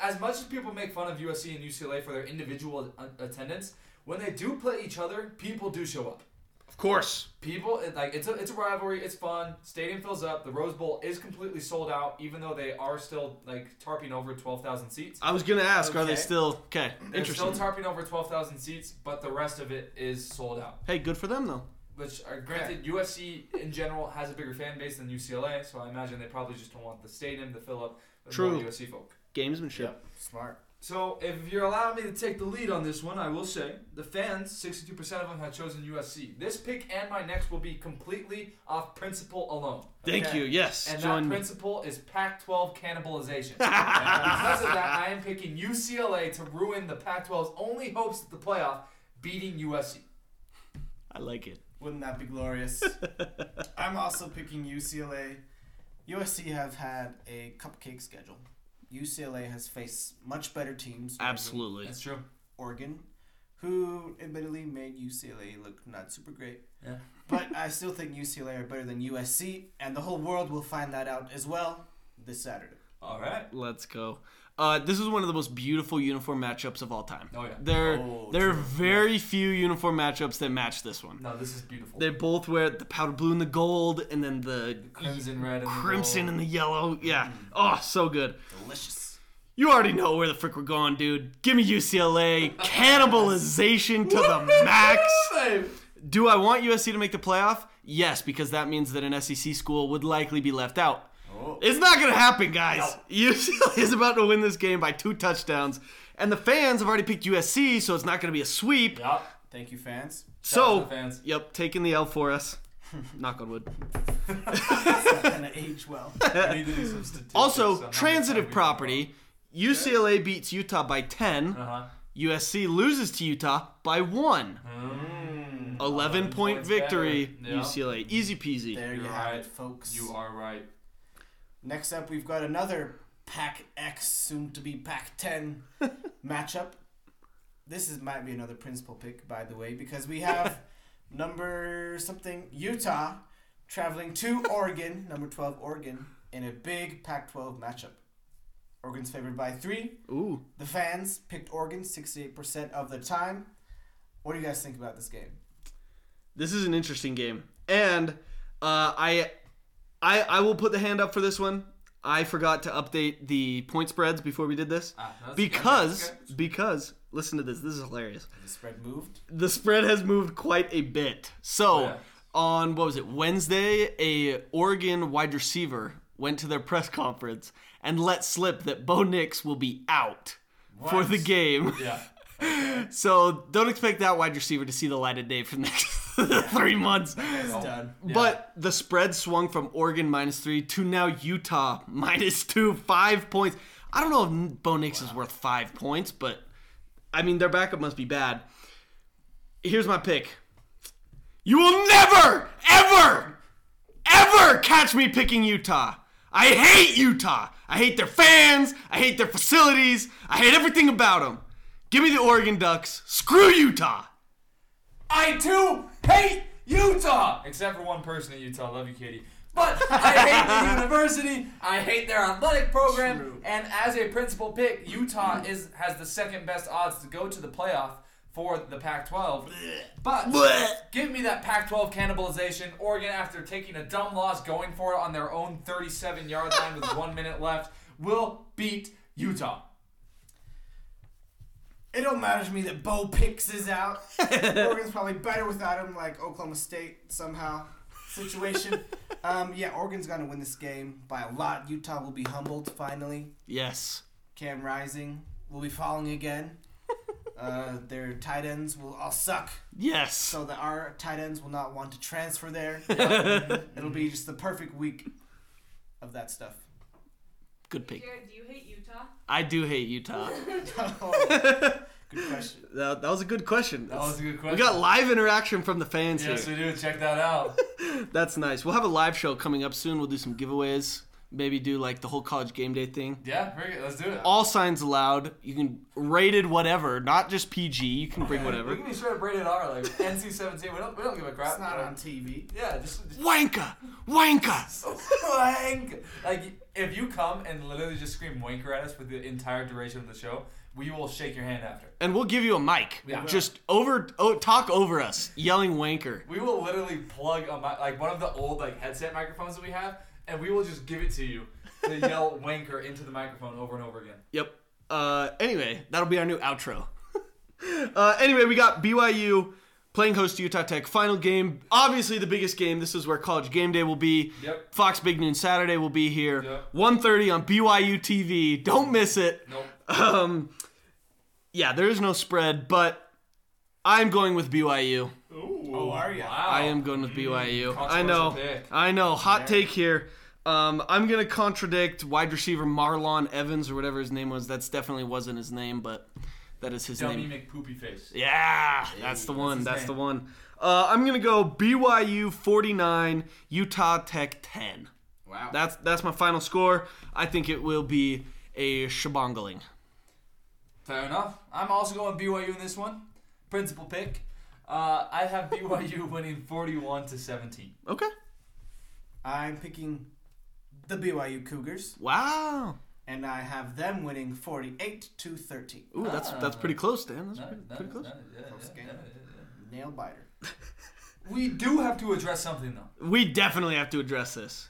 as much as people make fun of USC and UCLA for their individual a- attendance, when they do play each other, people do show up
Of course.
people it, like it's a it's a rivalry. It's fun. Stadium fills up. The Rose Bowl is completely sold out, even though they are still like tarping over twelve thousand seats.
I was gonna ask, are they
Okay.
still okay?
They're still
Interesting.
tarping over twelve thousand seats, but the rest of it is sold out.
hey, good for them though.
Which, are, granted, USC in general has a bigger fan base than UCLA, so I imagine they probably just don't want the stadium to fill up with more
True.
USC folk.
Gamesmanship.
Yep. Smart.
So, if you're allowing me to take the lead on this one, I will say the fans, 62% of them have chosen USC. This pick and my next will be completely off principle alone.
Thank
Okay?
you. Yes.
And
Join
that
me.
principle is Pac 12 cannibalization.
<laughs>
and because of that, I am picking UCLA to ruin the Pac 12's only hopes at the playoff, beating USC.
I like it.
Wouldn't that
<laughs>
be glorious? I'm also picking UCLA. USC have had a cupcake schedule. UCLA has faced much better teams. namely
Absolutely.
That's true.
Oregon, who admittedly made UCLA look not super great.
Yeah. <laughs>
But I still think UCLA are better than USC, and the whole world will find that out as well. this Saturday.
All right.
Let's go. Uh, this is one of the most beautiful uniform matchups of all time.
Oh, yeah.
There,
Oh,
there are
true.
very few uniform matchups that match this one.
No, this is beautiful.
They both wear the powder blue and the gold, and then the
crimson red. And
crimson
gold.
and the yellow. Yeah. Oh, so good.
Delicious.
You already know where the frick we're going, dude. Give me UCLA. Cannibalization to the max. Do I want USC to make the playoff? Yes, because that means that an SEC school would likely be left out.
Oh.
It's not going to happen, guys. UCLA is about to win this game by two touchdowns, and the fans have already picked USC, so it's not going to be a sweep.
Yup.
Thank you, fans.
Shout out to
So,
the fans.
yep, taking the L for us. Knock on wood.
It's
<laughs>
not gonna age well.
We need to do some statistics on how
Also,
much time
transitive
we-
property. UCLA beats Utah by 10.
Uh-huh. Hmm.
USC loses to Utah by 1. 11 point
points
victory,
better. Yeah.
UCLA. Easy peasy.
There you
You're
have
right.
it, folks.
You are right.
Next up, we've got another Pack X, soon to be Pack 10 matchup. This is might be another principal pick, by the way, because we have number something Utah traveling to Oregon, number 12 Oregon, in a big Pack 12 matchup. Oregon's favored by three.
Ooh.
The fans picked Oregon 68% of the time. What do you guys think about this game?
This is an interesting game, and uh, I, I, I will put the hand up for this one. I forgot to update the point spreads before we did this
Ah, that's good,
because
that's
because listen to this. This is hilarious.
The spread moved.
The spread has moved quite a bit. So
Oh, Yeah.
on what was it Wednesday, a Oregon wide receiver went to their press conference and let slip that Bo Nix will be out for
What?
the game.
Yeah.
So don't expect that wide receiver to see the light of day for the next <laughs>
<laughs>
three months.
It's done.
Yeah.
But the spread swung from Oregon minus three to now Utah <laughs> minus two, five points. I don't know if Bo Nix is worth five points, but I mean, their backup must be bad. Here's my pick You will never, ever, ever catch me picking Utah. I hate Utah. I hate their fans. I hate their facilities. I hate everything about them. Give me the Oregon Ducks. Screw Utah.
I too hate Utah, except for one person in Utah. Love you, Katie. But I hate the university. I hate their athletic program.
True.
And as a principal pick, Utah is has the second best odds to go to the playoff for the Pac-12. But
Blech.
give me that Pac-12 cannibalization. Oregon, after taking a dumb loss, going for it on their own 37-yard line with one minute left, will beat Utah.
It don't matter to me that Bo Picks is out. Oregon's probably better without him, like Oklahoma State somehow situation. um, yeah, Oregon's gonna win this game by a lot. Utah will be humbled finally.
Yes.
Cam Rising will be falling again. Uh, their tight ends will all suck,
Yes.
so that our tight ends will not want to transfer there. It'll be just the perfect week of that stuff.
Good pick.
Jared, do you hate Utah?
I do hate Utah.
Good question.
that, that was a good question.
That was a good
we
question.
got live interaction from the fans
yes, we
here.
do. Check that out.
That's nice. We'll have a live show coming up soon. We'll do some giveaways. Maybe do like the whole college game day thing.
Yeah, very good. Let's do it.
All signs allowed. You can rated whatever, not just PG. You can bring
We
whatever.
can be straight up rated R, like
<laughs>
NC seventeen. We don't we don't give a crap.
It's not on TV.
Yeah, just, just
Wanka, wanka.
wank. Like if you come and literally just scream wanker at us for the entire duration of the show, we will shake your hand after.
And we'll give you a mic.
Yeah.
Just over, oh, talk over us, yelling wanker.
We will literally plug a mi- like one of the old like headset microphones that we have, and we will just give it to you
<laughs>
to yell wanker into the microphone over and over again.
Yep. Uh, anyway, that'll be our new outro. <laughs> uh, anyway, we got BYU playing host to Utah Tech. Final game, obviously the biggest game. This is where College Game Day will be.
Yep.
Fox Big Noon Saturday will be here.
Yep.
1.30 on BYU TV. Don't miss it.
Nope.
Um, yeah, there is no spread, but I'm going with BYU.
Oh, are you?
Wow.
I am going with BYU. I
controversial
know.
pick.
I know. Hot take here. Um, I'm gonna contradict wide receiver Marlon Evans or whatever his name was. That's definitely wasn't his name, but that is his
dummy
name.
McPoopy face.
Yeah, that's the one.
his
That's
name.
the one. Uh, I'm gonna go BYU 49, Utah Tech 10.
Wow.
That's that's my final score. I think it will be a shabongling.
Fair enough. I'm also going BYU in this one. Principal pick. Uh, I have <laughs> BYU winning 41 to 17.
Okay.
I'm picking the BYU Cougars,
Wow.
and I have them winning 48 to 13.
Ooh, that's that's
Ah.
pretty close, Dan. That's
No,
pretty,
no,
pretty
no,
close.
yeah, yeah,
Close game.
yeah, yeah,
Nail biter.
yeah. We do have to address something though.
We definitely have to address this.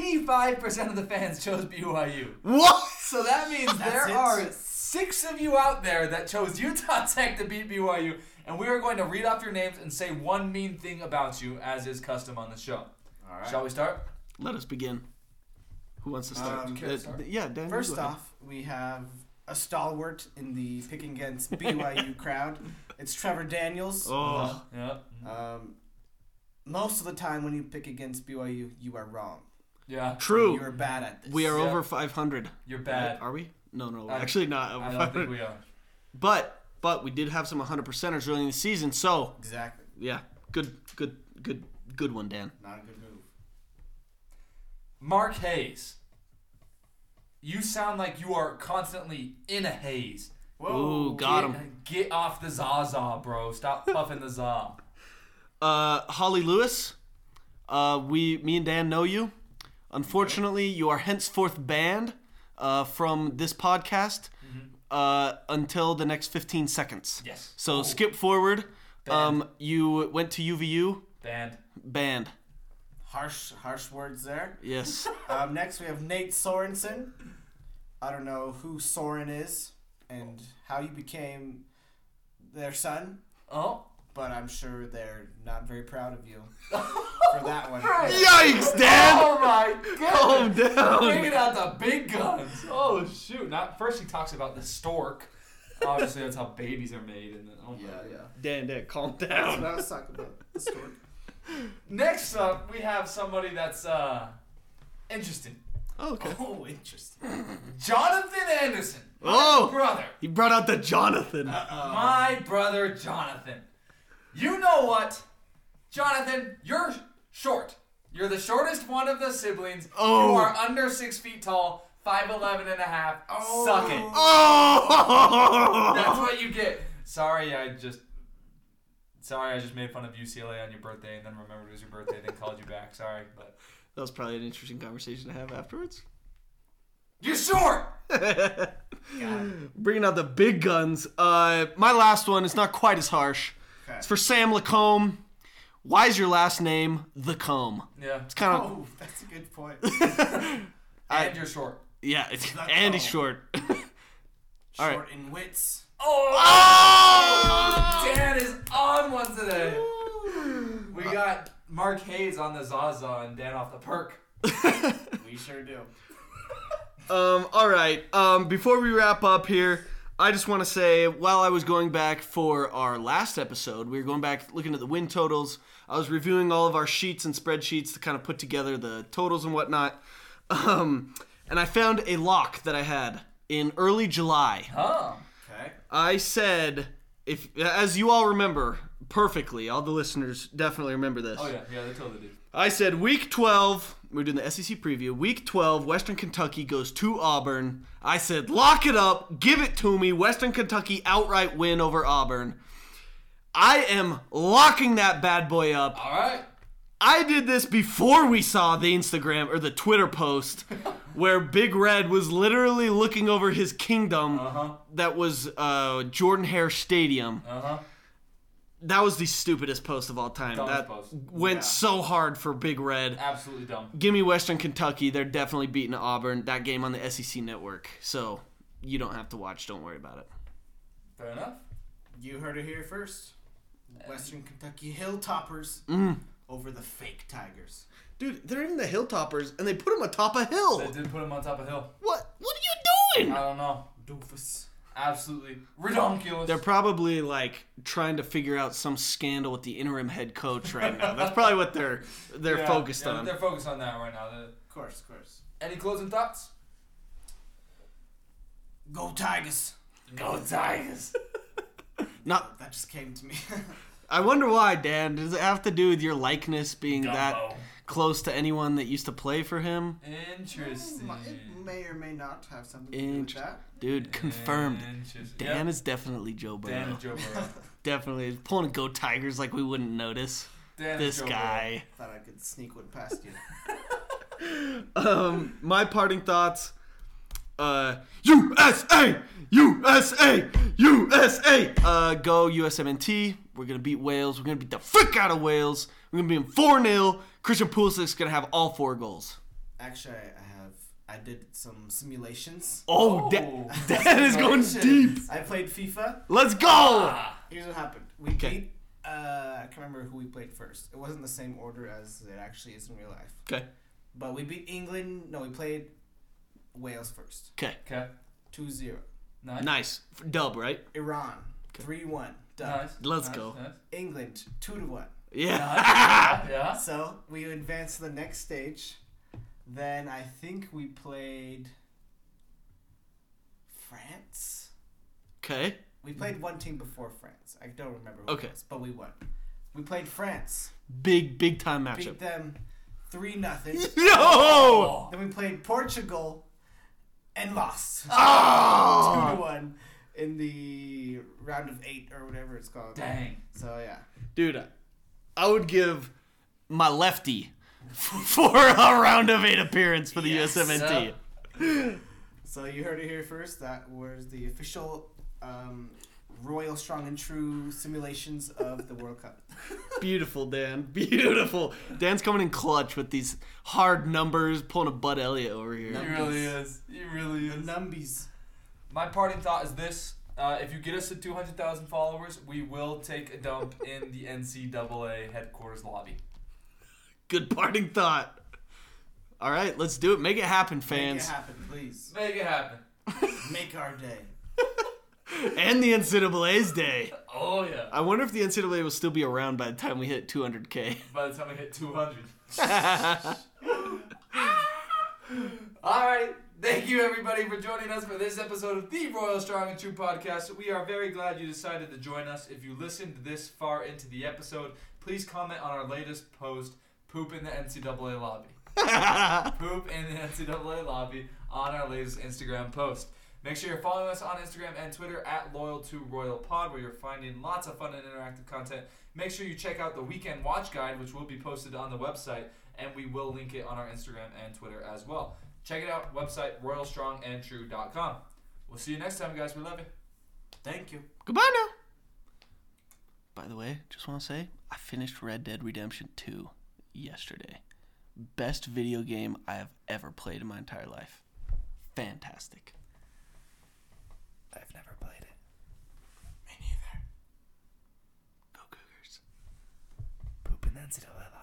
85% of the fans chose BYU.
What?
So that means there
it.
are six of you out there that chose Utah <laughs> Tech to beat BYU, and we are going to read off your names and say one mean thing about you, as is custom on the show.
All right.
Shall we start?
Let us begin. Who wants to start? Uh,
Um,
okay, sorry.
yeah, Dan. you
First
go ahead.
off, we have a stalwart in the picking against
<laughs>
BYU crowd. It's Trevor Daniels.
Oh,
Yeah.
Um, most of the time when you pick against BYU, you are wrong.
Yeah.
You
true.
are bad at this.
We are
Yeah.
over 500.
You're
<laughs>
right?
bad.
Are we? No, no. we're
I-
actually, not over
I don't
500.
think we are.
But but we did have some 100 percenters early in the season. So
Exactly.
yeah, good good good good one, Dan.
Not a good move.
Mark Hayes. You sound like you are constantly in a haze.
Ooh, got
Get-
him.
Get off the Zaza, bro. Stop puffing the za.
Uh, Holly Lewis, uh, we me and Dan know you. Unfortunately, you are henceforth banned uh, from this podcast
Mm-hmm.
uh, until the next 15 seconds.
Yes.
So skip forward. Um, you went to UVU,
Band.
banned.
Harsh, harsh words there.
Yes.
Um, next, we have Nate Sorensen. I don't know who Soren is and how you became their son,
Oh.
but I'm sure they're not very proud of you for that one.
Yikes, Dan!
Oh my
<laughs> Calm
god.
down.
Bringing out the big guns. Oh shoot. Not first he talks about the stork. Obviously that's how babies are made and then, oh my
Yeah, yeah.
Dan, Dan, calm
That's
down.
what I was talking about. The story.
Next up we have somebody that's uh interesting.
Oh, okay.
Oh, interesting.
Jonathan Anderson. My
Oh!
brother.
He brought out the Jonathan. <laughs>
My brother Jonathan. You know what? Jonathan, you're short. You're the shortest one of the siblings.
Oh.
You are under six feet tall, 5'11 and a half.
Oh.
Suck it.
oh!
That's what you get. Sorry, I just. Sorry, I just made fun of UCLA on your birthday and then remembered it was your birthday, then called you back. Sorry, but.
That was probably an interesting conversation to have afterwards.
You're short!
Bringing out the big guns. Uh, my last one is not quite as harsh.
Okay. <laughs>
It's for Sam Lacombe. Why is your last name the Combe?
Yeah.
It's kind of
Oh, that's a good point.
And you're short.
yeah. It's
The
Andy
Combe.
Short. <laughs> All right.
Short in wits.
Oh! Dan is on one today. We got Mark Hayes on the Zaza and Dan off the perk.
We sure do.
Um, all right. Um, before we wrap up here, I just want to say while I was going back for our last episode, we were going back looking at the win totals. I was reviewing all of our sheets and spreadsheets to kind of put together the totals and whatnot. <laughs> Um, and I found a lock that I had in early July.
Oh.
Okay.
I said, if as you all remember perfectly, all the listeners definitely remember this.
Oh yeah, yeah, they totally did.
I said week 12, we're doing the SEC preview. Week 12, Western Kentucky goes to Auburn. I said, lock it up, give it to me. Western Kentucky outright win over Auburn. I am locking that bad boy up.
All right.
I did this before we saw the Instagram or the
<laughs>
Twitter post where Big Red was literally looking over his kingdom
Uh-huh.
that was uh, Jordan Hare Stadium.
Uh-huh.
That was the stupidest post of all time.
Dumbest
that
post.
went
Yeah.
so hard for Big Red.
Absolutely dumb.
Give me Western Kentucky. They're definitely beating Auburn. That game on the SEC network. So you don't have to watch. Don't worry about it.
Fair enough.
You heard it here first. Western Kentucky Hilltoppers over the fake Tigers.
Dude, they're in the Hilltoppers and they put them atop a hill.
They Uh, did put him on top of hill.
What? What are
I
you doing?
don't know.
Doofus.
Absolutely redonkulous.
They're probably like trying to figure out some scandal with the interim head coach right now. That's probably what they're they're
Yeah,
focused
yeah,
on.
They're focused on that right now. They're-
Of course, of course.
Any closing thoughts?
Go Tigers. Uh,
Go Tigers.
Not.
That just came to me. <laughs>
I wonder why, Dan. Does it have to do with your likeness being that
Dumbo.
close to anyone that used to play for him?
Interesting.
it may or may not have something to do with
Inter-
that.
Dude, confirmed.
Interesting.
Dan
Yep.
is definitely Joe Burrow.
Dan and Joe
<laughs>
Burrow.
Definitely He's pulling a go Tigers like we wouldn't notice.
Dan and
This
Joe
guy.
Thought I could sneak one past you.
um, my parting thoughts. Uh, USA, USA, USA. Uh, go USMNT. We're gonna beat Wales. We're gonna beat the frick out of Wales. We're gonna be in four 0 Christian Pulisic's gonna have all four goals.
Actually, I have. I did some simulations.
Oh, <laughs>
Oh.
that, that is going deep.
I played FIFA.
Let's go.
Here's what happened. We
Okay.
beat. Uh, I can't remember who we played first. It wasn't the same order as it actually is in real life.
Okay.
But we beat England. No, we played Wales first.
Okay.
Okay.
2 0.
Nice.
Nice dub, right?
Iran. 3 1. Done.
Nice.
Let's
nice,
go. Ah!
nice.
England. 2 to 1.
Yeah.
Yeah.
So we advanced to the next stage. Then I think we played France.
<laughs> okay.
We played one team before France. I don't remember who
Okay.
it was, but we won. We played France.
Big big time
Beat
matchup.
them 3 nothing.
Yo.
Then we played Portugal and lost. Two to
Oh.
one in the round of eight or whatever it's called.
Dang.
So yeah.
Dude, I would give my lefty <laughs> for a round of eight appearance for the
Yes.
USMNT.
Yeah.
So you heard it here first. That was the official um, Royal Strong and True simulations of the World Cup.
Beautiful, Dan. <laughs> Beautiful. Dan's coming in clutch with these hard numbers, pulling a Bud Elliott over
<laughs>
here.
He really is. He really
The
is.
numbies.
My parting thought is this: uh, if you get us to 200,000 followers, we will take a dump in the NCAA headquarters lobby.
Good parting thought. All right, let's do it. Make it happen,
Make it
fans.
happen, please.
Make it happen.
Make our day.
And the NCAA's day.
Oh yeah.
I wonder if the NCAA will still be around by the time we hit 200K.
By the time I hit 200.
Thanks,
All right. Thank you everybody for joining us for this episode of the Royal Strong and True podcast. We are very glad you decided to join us. If you listened this far into the episode, please comment on our latest post: "Poop in the NCAA lobby." <laughs> poop in the NCAA lobby on our latest Instagram post. Make sure you're following us on Instagram and Twitter at Loyal2RoyalPod, where you're finding lots of fun and interactive content. Make sure you check out the Weekend Watch Guide, which will be posted on the website, and we will link it on our Instagram and Twitter as well. Check it out, website royalstrongandtrue.com. We'll see you next time, guys. We love you.
Thank you.
Goodbye now. By the way, just want to say I finished Red Dead Redemption 2 yesterday. Best video game I have ever played in my entire life. Fantastic.
I've never played it.
Go Cougars.
Poop in the NCAA lobby.